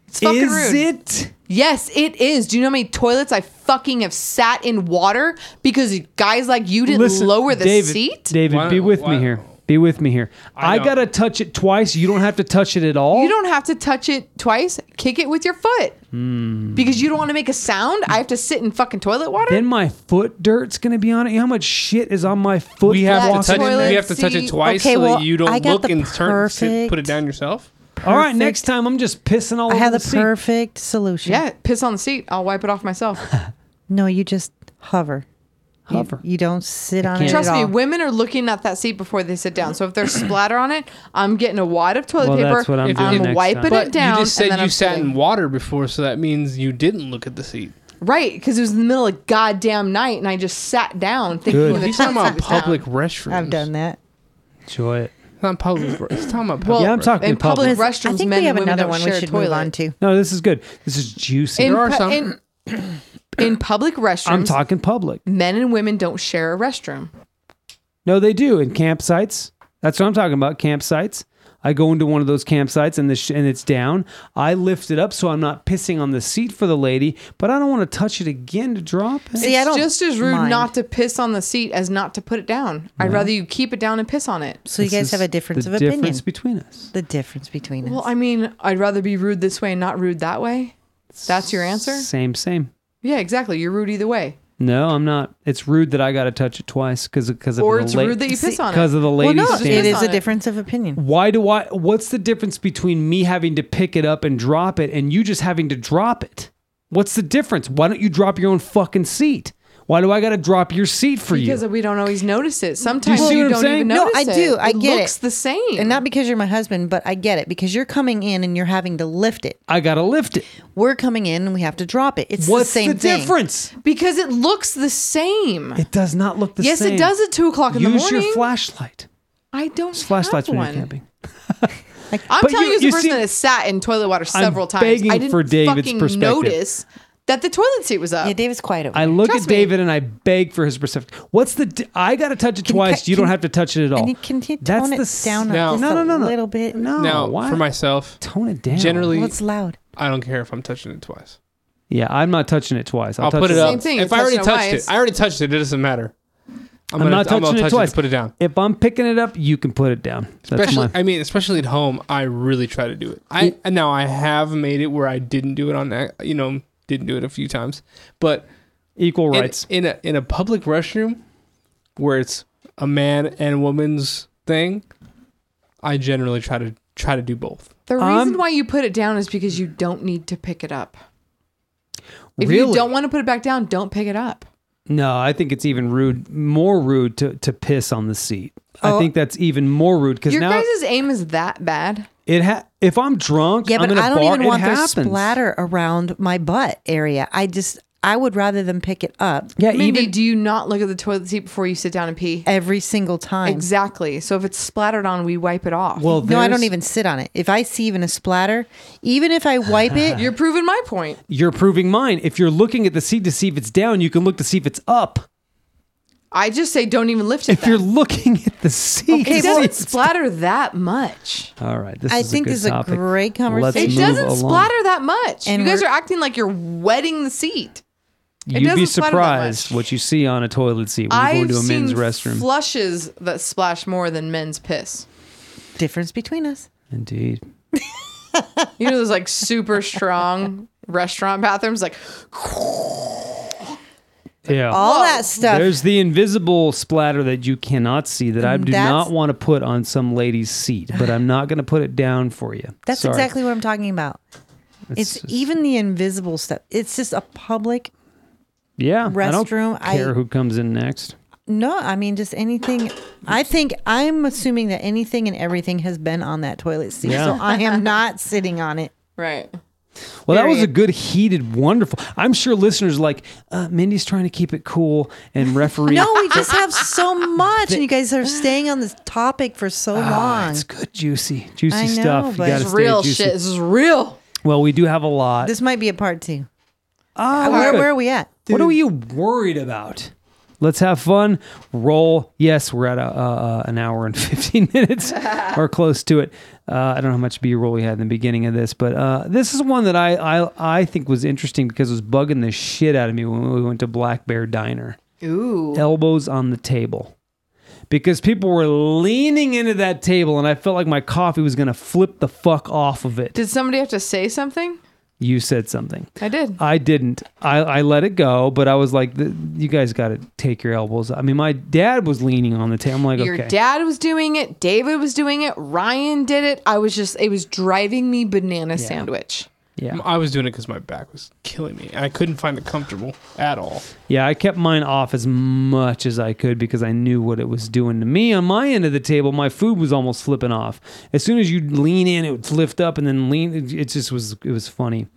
It's fucking
Is
rude.
it?
Yes, it is. Do you know how many toilets I fucking have sat in water because guys like you didn't
Listen,
lower the
David,
seat?
David,
Why-
be with
why-
me here. Be with me here. I,
I know.
gotta touch it twice. You don't have to touch it at all.
You don't have to touch it twice. Kick it with your foot. Because you don't want to make a sound. I have to sit in fucking toilet water.
Hmm. then my foot dirt's gonna be on it. You know how much shit is on my foot?
We have
Black
to touch
toilet
it. We have to touch it
seat.
twice
Okay,
so
well,
that you
I
don't
got
look
the
and turn sit, put it
perfect-
down yourself.
all right,
perfect-
next time I'm just pissing all
I
over
have the
the seat.
perfect solution.
yeah, piss on the seat. I'll wipe it off myself.
No, you just hover. You-
Hover.
You, don't sit on
can't.
it.
Trust
at
me,
all.
women are looking at that seat before they sit down. So if there's splatter on it, I'm getting a wad of toilet
Well,
paper.
that's what I'm
doing next
wiping
time.
it down.
you just
and
said
then
you
I'm
sat
sitting.
in water before, so that means you didn't look at the seat.
Right, because it was in the middle of goddamn night, and I just sat down thinking
Good.
the
He's talking
toilet
about
was down.
public restrooms.
I've done that.
Enjoy it.
Not public. re- He's talking about
Well,
public.
Yeah, I'm
restrooms.
talking
in
public.
public restrooms.
I think
men
we have
and women
another
don't
one we
share a
should
toilet.
move on to.
No, this is good. This is juicy.
In,
There are
pu-
some.
in, in public restrooms,
I'm talking public.
men and women don't share a restroom.
No, they do in campsites. That's what I'm talking about. Campsites. I go into one of those campsites and the sh- and it's down. I lift it up so I'm not pissing on the seat for the lady, but I don't want to touch it again to drop it.
See, I
it's
don't
just as rude
mind.
not to piss on the seat as not to put it down. I'd rather you keep it down and piss on it.
So you
This
guys have
is
a difference
the
of opinion.
Difference between us.
the difference between us.
Well, I mean, I'd rather be rude this way and not rude that way. That's your answer?
Same, same.
Yeah, exactly. You're rude either way.
No, I'm not. It's rude that I got to touch it twice because because of
Or
the
it's
la-
rude that you piss on it.
because of the
well,
lady
no, it
standing.
standing.
is
Just on
a
it.
difference of opinion.
Why do I? What's the difference between me having to pick it up and drop it and you just having to drop it? What's the difference? Why don't you drop your own fucking seat? Why do I got to drop your seat for you?
Because we don't always notice it. Sometimes
see what
you,
I'm
don't
saying?
even
No,
notice
I
it.
do. I
it
get
looks
it.
the same.
And not because you're my husband, but I get it because you're coming in and you're having to lift it.
I gotta lift it.
We're coming in and we have to drop it. It's
What's
the same
the
thing.
difference?
because it looks the same.
It does not look the
yes,
same.
it does at two o'clock in
Use
the morning.
your flashlight.
I don't
Flashlights
have
when
one.
you're camping.
I'm
But
telling
you-
you, as a
you
person
see-
that has sat in toilet water several times,
begging
I didn't
for David's
fucking
perspective.
notice that the toilet seat was up.
Yeah, David's quiet over
I
there.
look
Trust
at
me.
David and I beg for his perspective. What's the? Di- I gotta touch it twice. you don't
can-
have to touch it at all.
And you can you
That's
tone
the
it down
Now-
just
No, no, no,
a
no.
little bit?
No,
Now,
why?
for myself,
tone it down.
Generally-
Well, it's loud.
I don't care if I'm touching it twice.
yeah, I'm not touching it twice. I'll,
I'll
touch
put it
Same
up.
thing,
If
you
I already
touched it
touched
twice.
it, I already touched it. It doesn't matter. I'm, gonna,
not
I'm gonna
touching it
touch
twice.
Put it down.
If I'm picking it up, you can put it down. That's
Especially,
mine.
I mean, especially at home, I really try to do it. I
Mm.
and now I have made it where I didn't do it on that. You know, didn't do it a few times, but
Equal
in-
rights.
in, a in a public restroom where it's a man and woman's thing, I generally try to try to do both.
the
I'm-
reason why you put it down is because you don't need to pick it up. If
really?
you don't want to put it back down, don't pick it up.
no, I think it's even rude, more rude to, to piss on the seat. I
Oh.
think that's even more rude because
Your
now
guys' aim is that bad.
it ha- if I'm drunk,
Yeah,
I'm
but
in a
I don't
bar,
even
it
want
happens.
their splatter around my butt area. I just, I would rather them pick it up
Yeah,
Mindy,
even
do you not look at the toilet seat before you sit down and pee?
every single time.
Exactly. So if it's splattered on, we wipe it off.
well,
No, I don't
there's-
even sit on it. If I see even a splatter, even if I wipe it,
you're proving my point.
You're proving mine. If you're looking at the seat to see if it's down, you can look to see if it's up.
I just say don't even lift it.
If you're
then.
looking at the seat, to
it
see
doesn't
if it's-
splatter that much.
all right. This
I
is
think
a good
this is a
topic. Let's
great conversation.
It
move
doesn't
along.
splatter that much.
And
you guys are
we're-
acting like you're wetting the seat. It
You'd be
doesn't splatter that
surprised
much.
what you see on a toilet seat when you
I've
go into a
seen
men's restroom.
flushes that splash more than men's piss.
difference between us.
Indeed.
You know those like super strong restaurant bathrooms, like
Yeah.
All
Whoa.
that stuff.
There's the invisible splatter that you cannot see that I do
That's-
not want to put on some lady's seat, but I'm not going to put it down for you.
That's
Sorry.
exactly what I'm talking about. It's,
just-
even the invisible stuff. It's just a public.
yeah.
restroom,
I
I-
don't care who comes in next.
No, I mean just anything. I think I'm assuming that anything and everything has been on that toilet seat,
Yeah.
so I am not sitting on it.
right.
Well, that was a
Period.
good, heated, wonderful. I'm sure listeners like uh, Mindy's trying to keep it cool and referee.
No, we just have so much, and you guys are staying on this topic for so long.
Oh, It's good, juicy, juicy
I know,
stuff. You
but-
gotta
It's
stay
real
juicy.
shit. This is real.
Well, we do have a lot.
This might be a part two.
Ah,
Where,
good.
where are we at?
What are you worried about? Let's have fun. Roll. Yes, we're at a, uh, uh, an hour and 15 minutes or close to it. Uh, I don't know how much B roll we had in the beginning of this, but uh, this is one that I, I I think was interesting because it was bugging the shit out of me when we went to Black Bear Diner.
Ooh.
Elbows on the table. because people were leaning into that table and I felt like my coffee was going to flip the fuck off of it.
Did somebody have to say something?
You said something.
I did.
I didn't. I, I let it go, but I was like, "Th- you guys got to take your elbows. I mean, my dad was leaning on the table. I'm like,
Your
okay.
dad was doing it. David was doing it. Ryan did it. I was just, it was driving me banana sandwich.
yeah.
I was doing it because my back was killing me, and I couldn't find it comfortable at all.
Yeah, I kept mine off as much as I could because I knew what it was doing to me. On my end of the table, my food was almost flipping off. As soon as you lean in, it would lift up and then lean. It it just was. It was funny.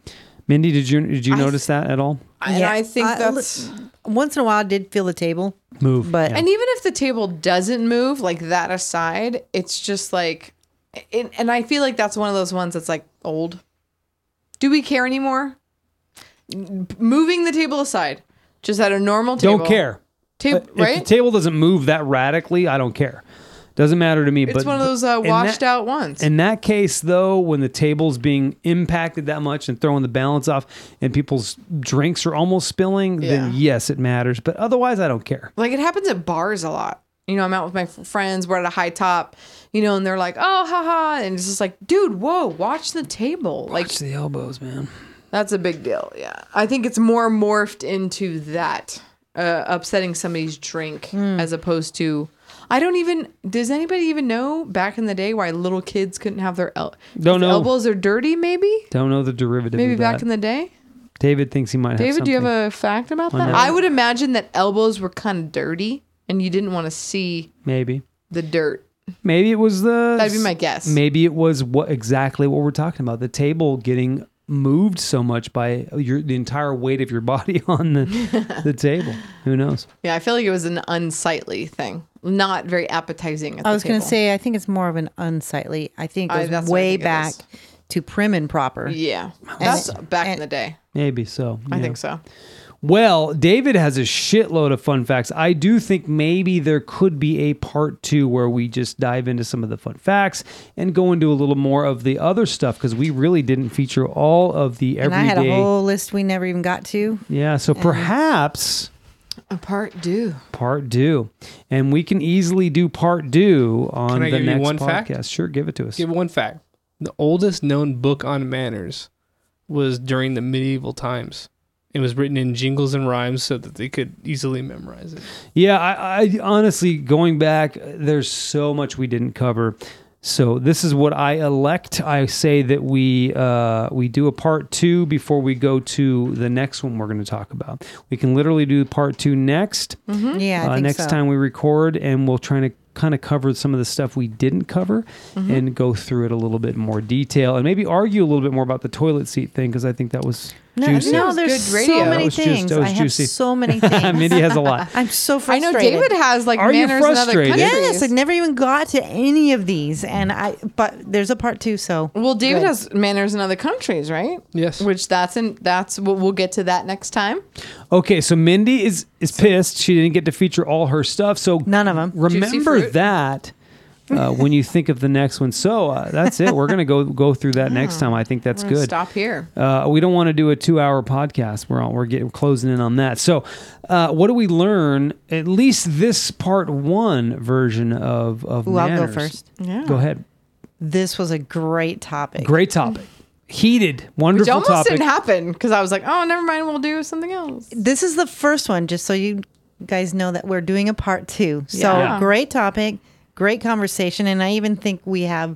Mindy, did you did you notice that at all?
And
Yeah.
I think
I-
that's.
Once in a while, I did feel the table.
Move,
But-
yeah.
And even if the table doesn't move, like that aside, it's just like, and, and I feel like that's one of those ones that's like old. Do we care anymore? M- Moving the table aside, just at a normal table.
don't care.
Table,
If
right?
the table doesn't move that radically, I don't care. Doesn't matter to me.
it's
but
one of those uh,
in that-
washed out ones.
In that case, though, when the table's being impacted that much and throwing the balance off, and people's drinks are almost spilling, then
Yeah.
yes, it matters. But otherwise, I don't care.
like it happens at bars a lot. You know, I'm out with my f- friends, we're at a high top, you know, and they're like, oh, haha. And it's just like, dude, whoa, watch the table. Like,
the elbows, man.
That's a big deal. Yeah. I think it's more morphed into that uh, upsetting somebody's drink
Hmm.
as opposed to. I don't even. Does anybody even know back in the day why little kids couldn't have their el- 'cause
Don't know.
elbows are dirty? Maybe,
Don't know the derivative.
maybe
of
back
that.
in the day.
David thinks he might have.
David, do you
something.
have a fact about that?
not?
I would imagine that elbows were kind of dirty, and you didn't want to see
maybe?
the dirt.
Maybe it was the.
That'd be my guess.
Maybe it was what exactly what we're talking about. The table getting moved so much by your the entire weight of your body on the the table. Who knows?
Yeah, I feel like it was an unsightly thing, not very appetizing. At
I
the
was going to
table.
say, I think it's more of an unsightly. I think
I-
it
that's
goes
what I
way
think it
back
is.
to prim and proper.
yeah, that's back in
and-
the day.
Maybe so.
I
yeah.
think so.
Well, David has a shitload of fun facts. I do think maybe there could be a part two where we just dive into some of the fun facts and go into a little more of the other stuff because we really didn't feature all of the
And
everyday.
I had a whole list we never even got to.
yeah, so perhaps
A part due.
part due, and we can easily do part due on
Can I
the
give you
next
one
podcast.
fact?
Sure, give it to us.
Give one fact: the oldest known book on manners was during the medieval times. It was written in jingles and rhymes so that they could easily memorize it.
Yeah, I, I honestly going back, there's so much we didn't cover. So this is what I elect. I say that we uh, we do a part two before we go to the next one we're going to talk about. We can literally do part two next
Mm-hmm.
Yeah, I
uh,
think
next
so.
time we record, and we'll try to kind of cover some of the stuff we didn't cover
Mm-hmm.
and go through it a little bit more detail, and maybe argue a little bit more about the toilet seat thing because I think that was
No,
juicy.
no,
That
there's
was good
so
radio. That
many
was juicy.
things.
That was
I have
juicy.
so many things.
Mindy has a lot.
I'm so
I know
frustrated.
David has like
Are you
manners in other
frustrated?
countries.
Yes, I never even got to any of these, and I. But there's a part two, so
well, David
Good.
has manners in other countries, right?
Yes.
Which that's in that's we'll, we'll get to that next time.
Okay, so Mindy is is pissed. She didn't get to feature all her stuff. So
None of 'em.
Juicy
Remember
fruit.
that uh, when you think of the next one. So uh, that's it. We're gonna go go through that
Ah,
next time. I think that's
We're gonna
good.
Stop here.
Uh, we don't want to do a two-hour podcast. We're on, we're getting we're closing in on that. So, uh, what do we learn? At least this part one version of of
Ooh, I'll go
manners.
first.
Yeah.
Go ahead.
this was a great topic.
Great topic. Heated,
Which
wonderful
almost
topic.
didn't happen because I was like, oh, never mind, we'll do something else.
This is the first one, just so you guys know that we're doing a part two. So
Yeah.
great topic, great conversation, and I even think we have.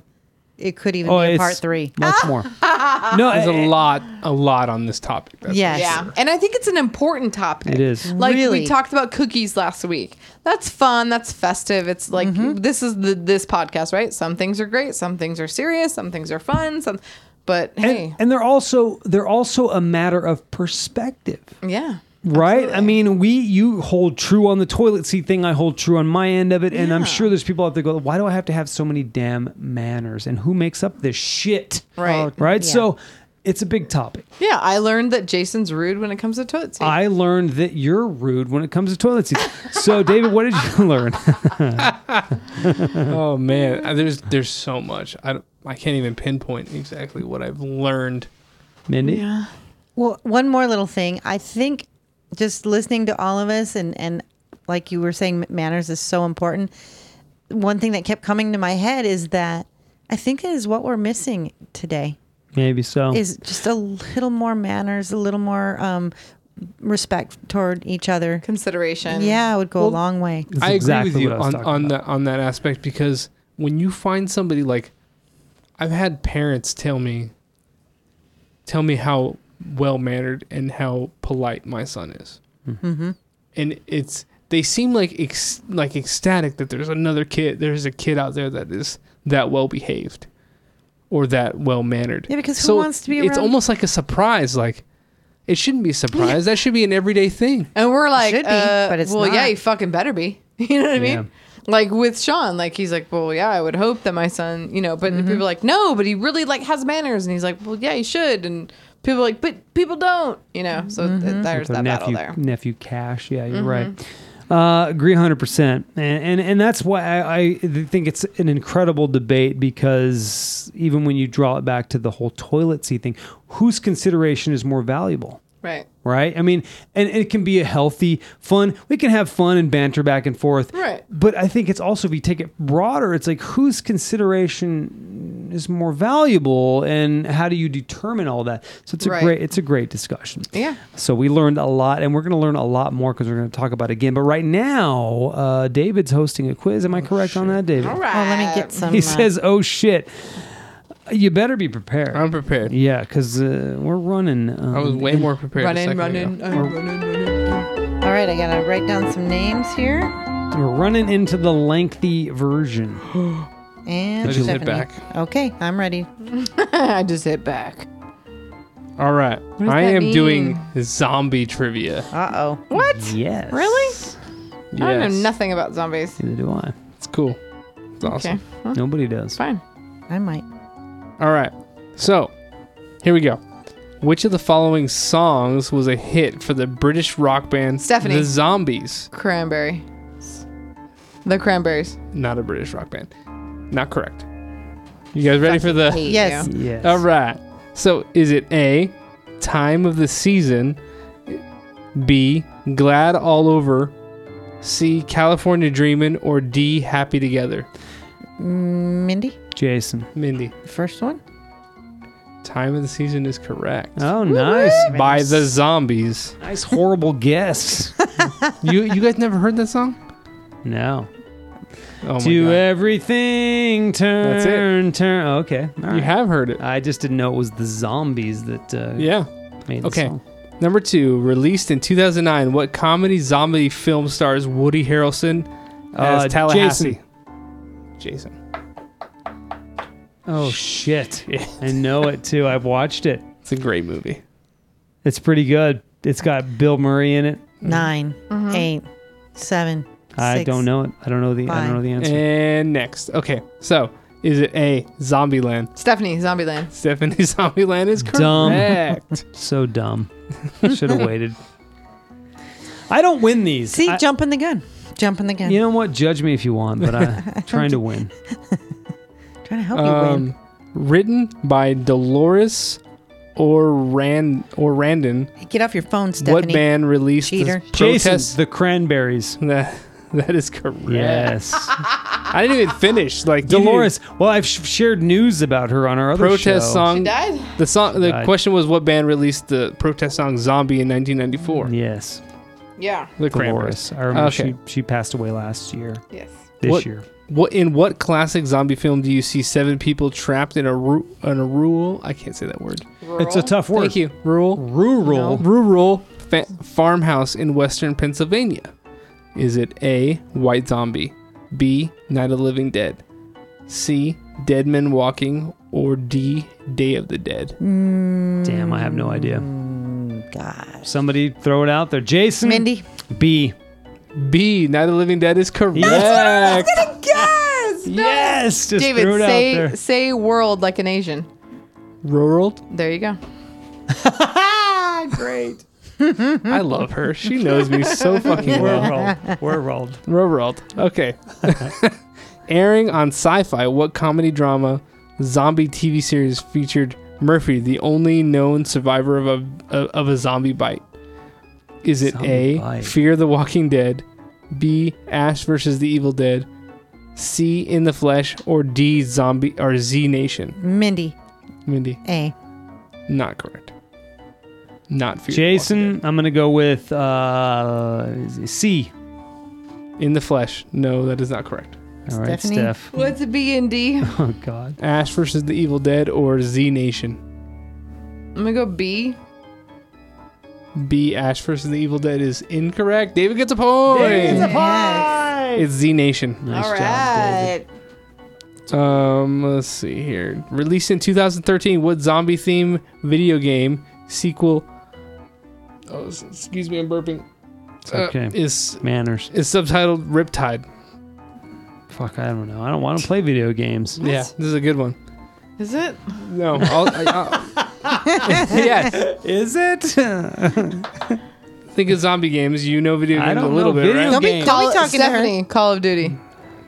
It could even
oh,
be a
it's
part three.
Much more. no,
There's
it-
a lot, a lot on this topic. That's
Yes.
Yeah, and I think it's an important topic.
It is.
Like we
Really.
talked about cookies last week. That's fun. That's festive. It's like
Mm-hmm.
this is the this podcast, right? Some things are great. Some things are serious. Some things are fun. Some, but hey,
and, and they're also they're also a matter of perspective.
yeah.
Right? I mean, we you hold true on the toilet seat thing. I hold true on my end of it, and I'm sure there's people out there go, "Why do I have to have so many damn manners?" And who makes up this shit? Oh,
Right.
Right.
Yeah.
So, it's a big topic.
Yeah, I learned that Jason's rude when it comes to toilet seat.
I learned that you're rude when it comes to toilet seats. so, David, what did you learn?
Oh man, Uh, there's there's so much. I don't- I can't even pinpoint exactly what I've learned.
Mindy?
yeah.
Well, one more little thing. I think just listening to all of us and and like you were saying, manners is so important. One thing that kept coming to my head is that I think it is what we're missing today
Maybe so.
is just a little more manners, a little more um, respect toward each other.
Consideration.
Yeah, it would go
Well,
a long way.
That's
I
exactly
agree with you
what I was
on,
talking
on
about.
that on that aspect because when you find somebody like I've had parents tell me tell me how well mannered and how polite my son is. Mm-hmm. And it's they seem like ex, like ecstatic that there's another kid there's a kid out there that is that well behaved or that well mannered.
Yeah, because who wants to be
It's
around-
almost like a surprise like it shouldn't be a surprise. That should be an everyday thing.
And we're like,
should be,
uh,
but it's
well, yeah,
not.
you fucking better be. You know what I mean?
Yeah.
Like with Sean, like he's like, well, yeah, I would hope that my son, you know, but
Mm-hmm.
people are like, no, but he really like has manners, and he's like, well, yeah, he should, and people are like, but people don't, you know. So th-
Mm-hmm.
there's
With
that
our nephew,
battle there. Mm-hmm.
Nephew Cash. Yeah, you're right. Uh, agree 100%. And, and, and that's why I, I think it's an incredible debate because even when you draw it back to the whole toilet seat thing, whose consideration is more valuable?
Right.
Right. I mean, and it can be a healthy, fun. We can have fun and banter back and forth.
Right.
But I think it's also, if you take it broader, it's like whose consideration is more valuable and how do you determine all that? So it's a
Right.
great, it's a great discussion.
Yeah.
So we learned a lot, and we're going to learn a lot more because we're going to talk about it again. But right now, uh, David's hosting a quiz.
Oh,
Am I correct on that, David?
All
Oh,
right.
let me get some.
He
uh,
says, "Oh shit, you better be prepared."
I'm prepared.
yeah, because uh, we're running. Um,
I was way more prepared. a
Running,
second
running,
ago.
uh, running, running.
All right, I gotta write down some names here.
We're running into the lengthy version.
And
I just hit
Stephanie.
back.
Okay, I'm ready.
I just hit back.
All right.
does
I
that
am
mean?
doing zombie trivia.
Uh oh.
What?
Yes.
Really?
Yes.
I don't know nothing about zombies.
Neither do I.
It's cool. It's awesome.
Okay, well,
Nobody does.
fine.
I might.
All right. So, here we go. Which of the following songs was a hit for the British rock band
Stephanie.
The Zombies?
Cranberry. The cranberries.
Not a British rock band. Not correct. You guys ready for the
Hate
Yes.
you.
Yes.
All right. So is it A, time of the season? B, glad all over? C, California dreamin'? Or D, happy together?
Mm, Mindy,
Jason.
Mindy,
first one.
time of the season is correct.
Oh, nice.
By the zombies.
Nice horrible guess.
you you guys never heard that song?
No.
Oh my
to
god.
everything turn
That's it.
turn oh, okay all right.
You have heard it.
i just didn't know it was the zombies that uh,
Yeah.
made the
Okay.
song.
Number two, released in 2009, what comedy zombie film stars Woody Harrelson as
Uh,
Tallahassee? Jason.
oh shit
Yeah.
i know it too i've watched it
It's a great movie.
it's pretty good it's got bill murray in it
Mm-hmm.
Nine, eight, seven,
i
six.
don't know it i don't know the i
Fine.
don't know the answer
And next. Okay. So, is it A, Zombieland?
Stephanie, Zombieland.
Stephanie, Zombieland is
Dumb.
correct.
so dumb should have waited i don't win these
See,
I-
jumping the gun. Jumping the gun.
you know what judge me if you want but i'm trying to win
Trying to help you win.
um, written by Dolores Oran- Orandon.
Hey, Get off your phone,
What
Stephanie.
band released the
Cheater.
jason
protest?
the cranberries
That, that is correct.
yes
I didn't even finish. Like you
Dolores. Well, I've sh- shared news about her on our
didn't-
other
protest
show.
song.
died?
The song. The
died.
question was, what band released the protest song "Zombie" in 1994?
Yes,
Yeah.
The Cranberries.
Dolores. I remember
Okay.
she she passed away last year.
Yes.
This
What-
year,
What in what classic zombie film do you see seven people trapped in a ru- in a rural? I can't say that word.
it's a tough word.
Thank you. Rural.
Rural.
Rural fa- farmhouse in western Pennsylvania. Is it A. White Zombie, B. Night of the Living Dead, C. Dead Men Walking, or D. Day of the Dead?
Damn, I have no idea.
Mm,
Gosh.
Somebody throw it out there. Jason
Mindy.
B.
B. Night of the Living Dead is correct.
Yes.
Yes, just threw
David,
it out
say
there.
say world like an Asian.
Rural.
There you go. Great.
I love her. She knows me so fucking well.
We're rolled. We're rolled.
World. Okay. Airing on Sci-Fi, what comedy drama zombie TV series featured Murphy, the only known survivor of a of a zombie bite? Is it
Zombie
A,
bite.
Fear the Walking Dead, B. Ash versus the Evil Dead. C. In the Flesh. Or D. Zombie or Z Nation.
Mindy.
Mindy,
A.
not correct. Not Fear. the Walking
Jason, I'm gonna go with uh, C.
Dead. In the Flesh. No, that is not correct.
All right,
Stephanie?
Steph.
What's a B and D? I'm
Oh God.
Ash versus the Evil Dead or Z Nation.
gonna go B.
B. Ash versus the Evil Dead is incorrect. David gets a point.
a pie!
it's Z Nation.
Nice
All
job, David.
right.
Um, let's see here. Released in 2013, what zombie theme video game sequel? Oh, s- excuse me, I'm burping. Uh,
It's okay.
is
Manners.
is subtitled Riptide?
Fuck, I don't know. I don't want to play video games.
Yeah, this is a good one.
Is it?
No, I'll, I, uh, I'll, yes.
Is it? I
Think of zombie games. You know video games
don't
a little
know
bit,
video
right?
Don't be
games.
Call it-
talking
Stephanie,
to her. Call of Duty.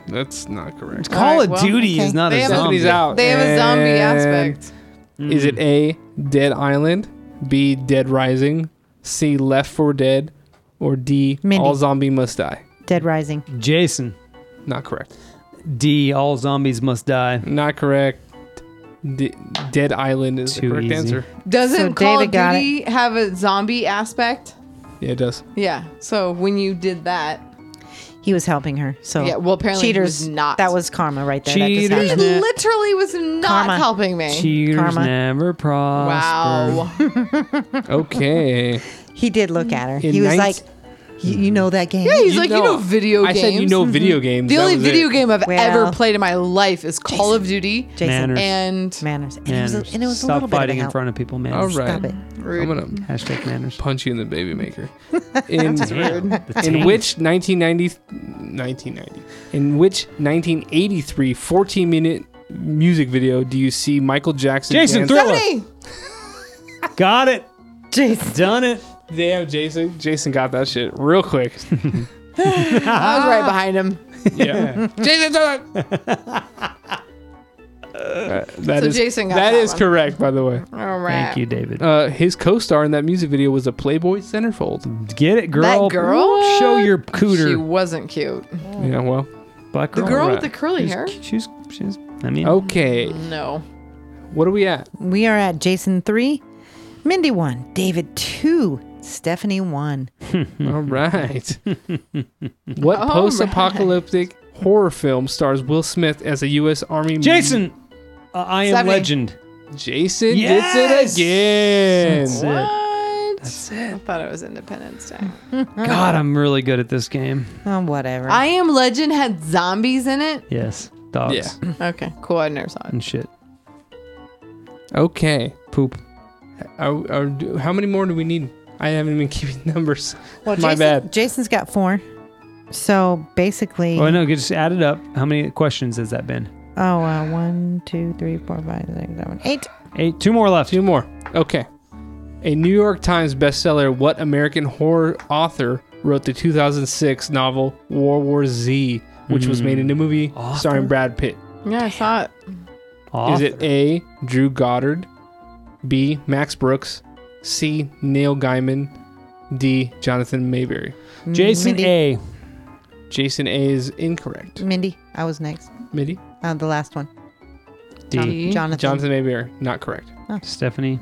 That's not correct.
Call
All
of
right, well,
Duty is
okay.
not
They
a
have a-
zombie.
Company's out.
They have a zombie
And
aspect.
Is
Mm.
Mm.
it A. Dead Island, B. Dead Rising, C. Left for Dead, or D.
Mindy.
All zombie must die?
Dead Rising.
Jason.
Not correct.
D. All zombies must die.
Not correct. D- Dead Island is
Too
the correct
easy.
answer.
Doesn't
So
Call
David
of
got
Duty have a zombie aspect?
Yeah, it does.
Yeah. So when you did that,
He was helping her. So
Yeah, well, apparently he
cheaters.
was not.
That was karma right there. That
Cheaters.
just
he
happened.
literally was not
Karma.
helping me.
Cheaters
Karma.
never prosper.
wow.
Okay.
He did look at her.
In
he was
ninth-
like, "You- "You know that game?
Yeah, he's like, you know video
I
games.
said you know video games.
The
That
only
was
video
it.
game I've
Well,
ever played in my life is Call of Duty.
Jason
Manners.
And
manners." And
Manners.
it was a, and it was a
Stop
little
fighting
bit
in
of a help.
front of people, man.
All right.
Stop it.
I'm going to
Hashtag manners.
punch you in the baby maker. In,
The
in
taint.
which 1990, 1990, in which 1983 14 minute music video do you see Michael Jackson?
Jason,
dance-
throw-
Stephanie,
Got it.
Jason.
Done it.
Damn, Jason. Jason got that shit real quick.
I was right behind him.
Yeah. Jason done it. Uh, that
So
is-
Jason got
that
that
is
one.
correct, by the way.
All right.
Thank you, David.
Uh, his co-star in that music video was a Playboy centerfold.
Get it, girl.
That girl?
Show your
She
cooter.
wasn't cute.
Yeah, well,
Black
The
girl.
girl
right.
with the curly
She's,
hair?
she's, she's, I mean,
Oh. okay.
No.
What are we at?
We are at Jason three, Mindy one, David two, Stephanie one.
All right. what
All
post-apocalyptic horror film stars Will Smith as a U.S. Army?
Jason, uh, I am
Stephanie.
legend.
Jason
Yes!
gets it
That's
again.
it.
What? I thought it was Independence Day.
God, I'm really good at this game.
Oh, whatever.
I Am Legend had zombies in it.
Yes. Dogs
Yeah.
Okay, cool. I never saw it.
and shit.
Okay.
Poop.
Are- are- do- how many more do we need? I haven't been keeping numbers.
well,
my
Jason,
bad.
Jason's got four. So basically,
Oh, no, just add it up. How many questions has that been?
oh, uh, one, two, three, four, five, six, seven, eight.
Eight. Two more left.
Two more. Okay. A New York Times bestseller, what American horror author wrote the 2006 novel World War Z, which was made into a movie
Author?
starring Brad Pitt?
Yeah, I saw it.
Off.
Is it A. Drew Goddard, B. Max Brooks, C. Neil Gaiman, D. Jonathan Mayberry?
Jason
Mindy,
A.
Jason A is incorrect.
Mindy, I was next.
Mindy?
Uh, the last one.
D.
D.
Jonathan.
Jonathan Mayberry, not correct.
Stephanie.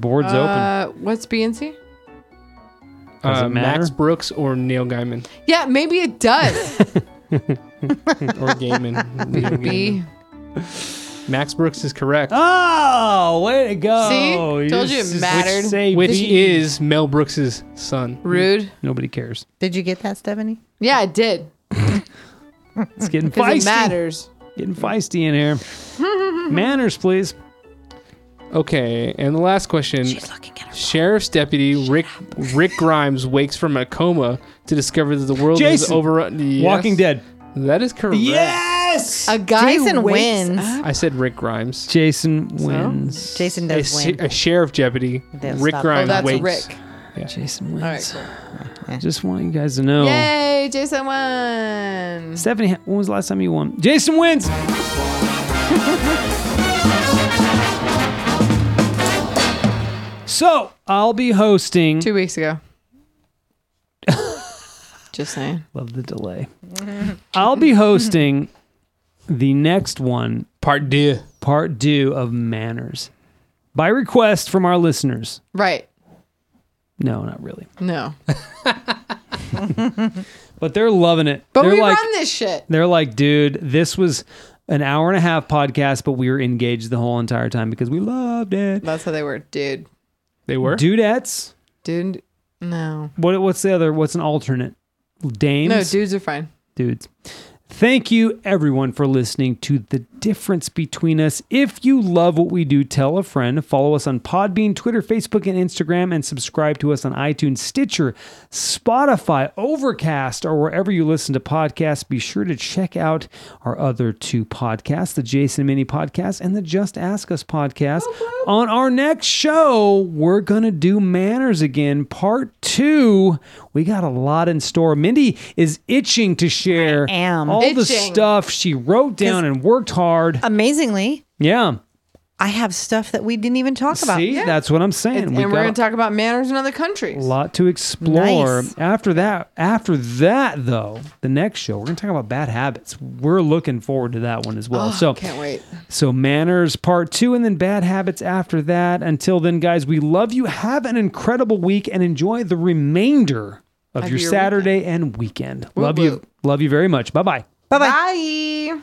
Board's
Uh, what's B and C?
Does it
Uh, Max
matter?
Brooks or Neil Gaiman
Yeah, maybe it does.
or Gaiman. Neil Gaiman.
B.
Max Brooks is correct.
open. Oh, way to go.
See? Told you it
just
mattered.
say
which
B.
is Mel Brooks' son.
Rude.
Nobody cares.
Did you get that, Stephanie?
Yeah, it did.
It's getting
Because
feisty.
it matters.
Getting feisty in here. Manners, please.
Okay, and the last question.
She's looking at her.
Sheriff's deputy Rick Rick Grimes wakes from a coma to discover that the world is
Jason.
overrun. Yes.
Walking Dead.
That is correct.
Yes.
A guy Ah,
Jason
wakes
wins.
up-
I said Rick Grimes.
Jason wins.
Jason
A,
does
se-
win.
a sheriff deputy
They'll
Rick
stop.
Oh,
Grimes
that's
wakes.
Rick.
Jason
All right,
wins.
cool.
Just want you guys to
Oh.
know.
Yay, Jason won.
Stephanie, when was the last time you won? Jason wins. so I'll be hosting.
Two weeks ago. Just saying.
Love the delay. I'll be hosting the next one,
Part D.
part two of manners, by request from our listeners.
Right.
No, not really,
No.
but they're loving it.
But
they're
we
like,
run this shit.
they're like, dude, this was an hour and a half podcast, but we were engaged the whole entire time because we loved it.
That's how they were. Dude.
They were.
Dudettes.
Dude. No.
What, what's the other? What's an alternate? Dames.
No, dudes are fine.
dudes. Thank you, everyone, for listening to The Difference Between Us. If you love what we do, tell a friend. Follow us on Podbean, Twitter, Facebook, and Instagram, and subscribe to us on iTunes, Stitcher, Spotify, Overcast, or wherever you listen to podcasts. Be sure to check out our other two podcasts, the Jason and Minnie podcast and the Just Ask Us podcast. On our next show, we're going to do manners again, part two. We got a lot in store. Mindy is itching to share
I am.
all the
Itching.
stuff she wrote down and worked hard.
Amazingly,
yeah.
I have stuff that we didn't even talk about.
See, that's what I'm saying.
And
We've
we're
got
going to talk about manners in other countries.
a lot to explore.
Nice.
After that, after that though, the next show, we're going to talk about bad habits. We're looking forward to that one as well. so
Oh, Can't wait.
So, manners part two, and then bad habits after that. Until then, guys, we love you. Have an incredible week and enjoy the remainder of
Of
your,
your
Saturday and weekend. love you.
whoop.
Love you very much. Bye bye.
Bye-bye. Bye.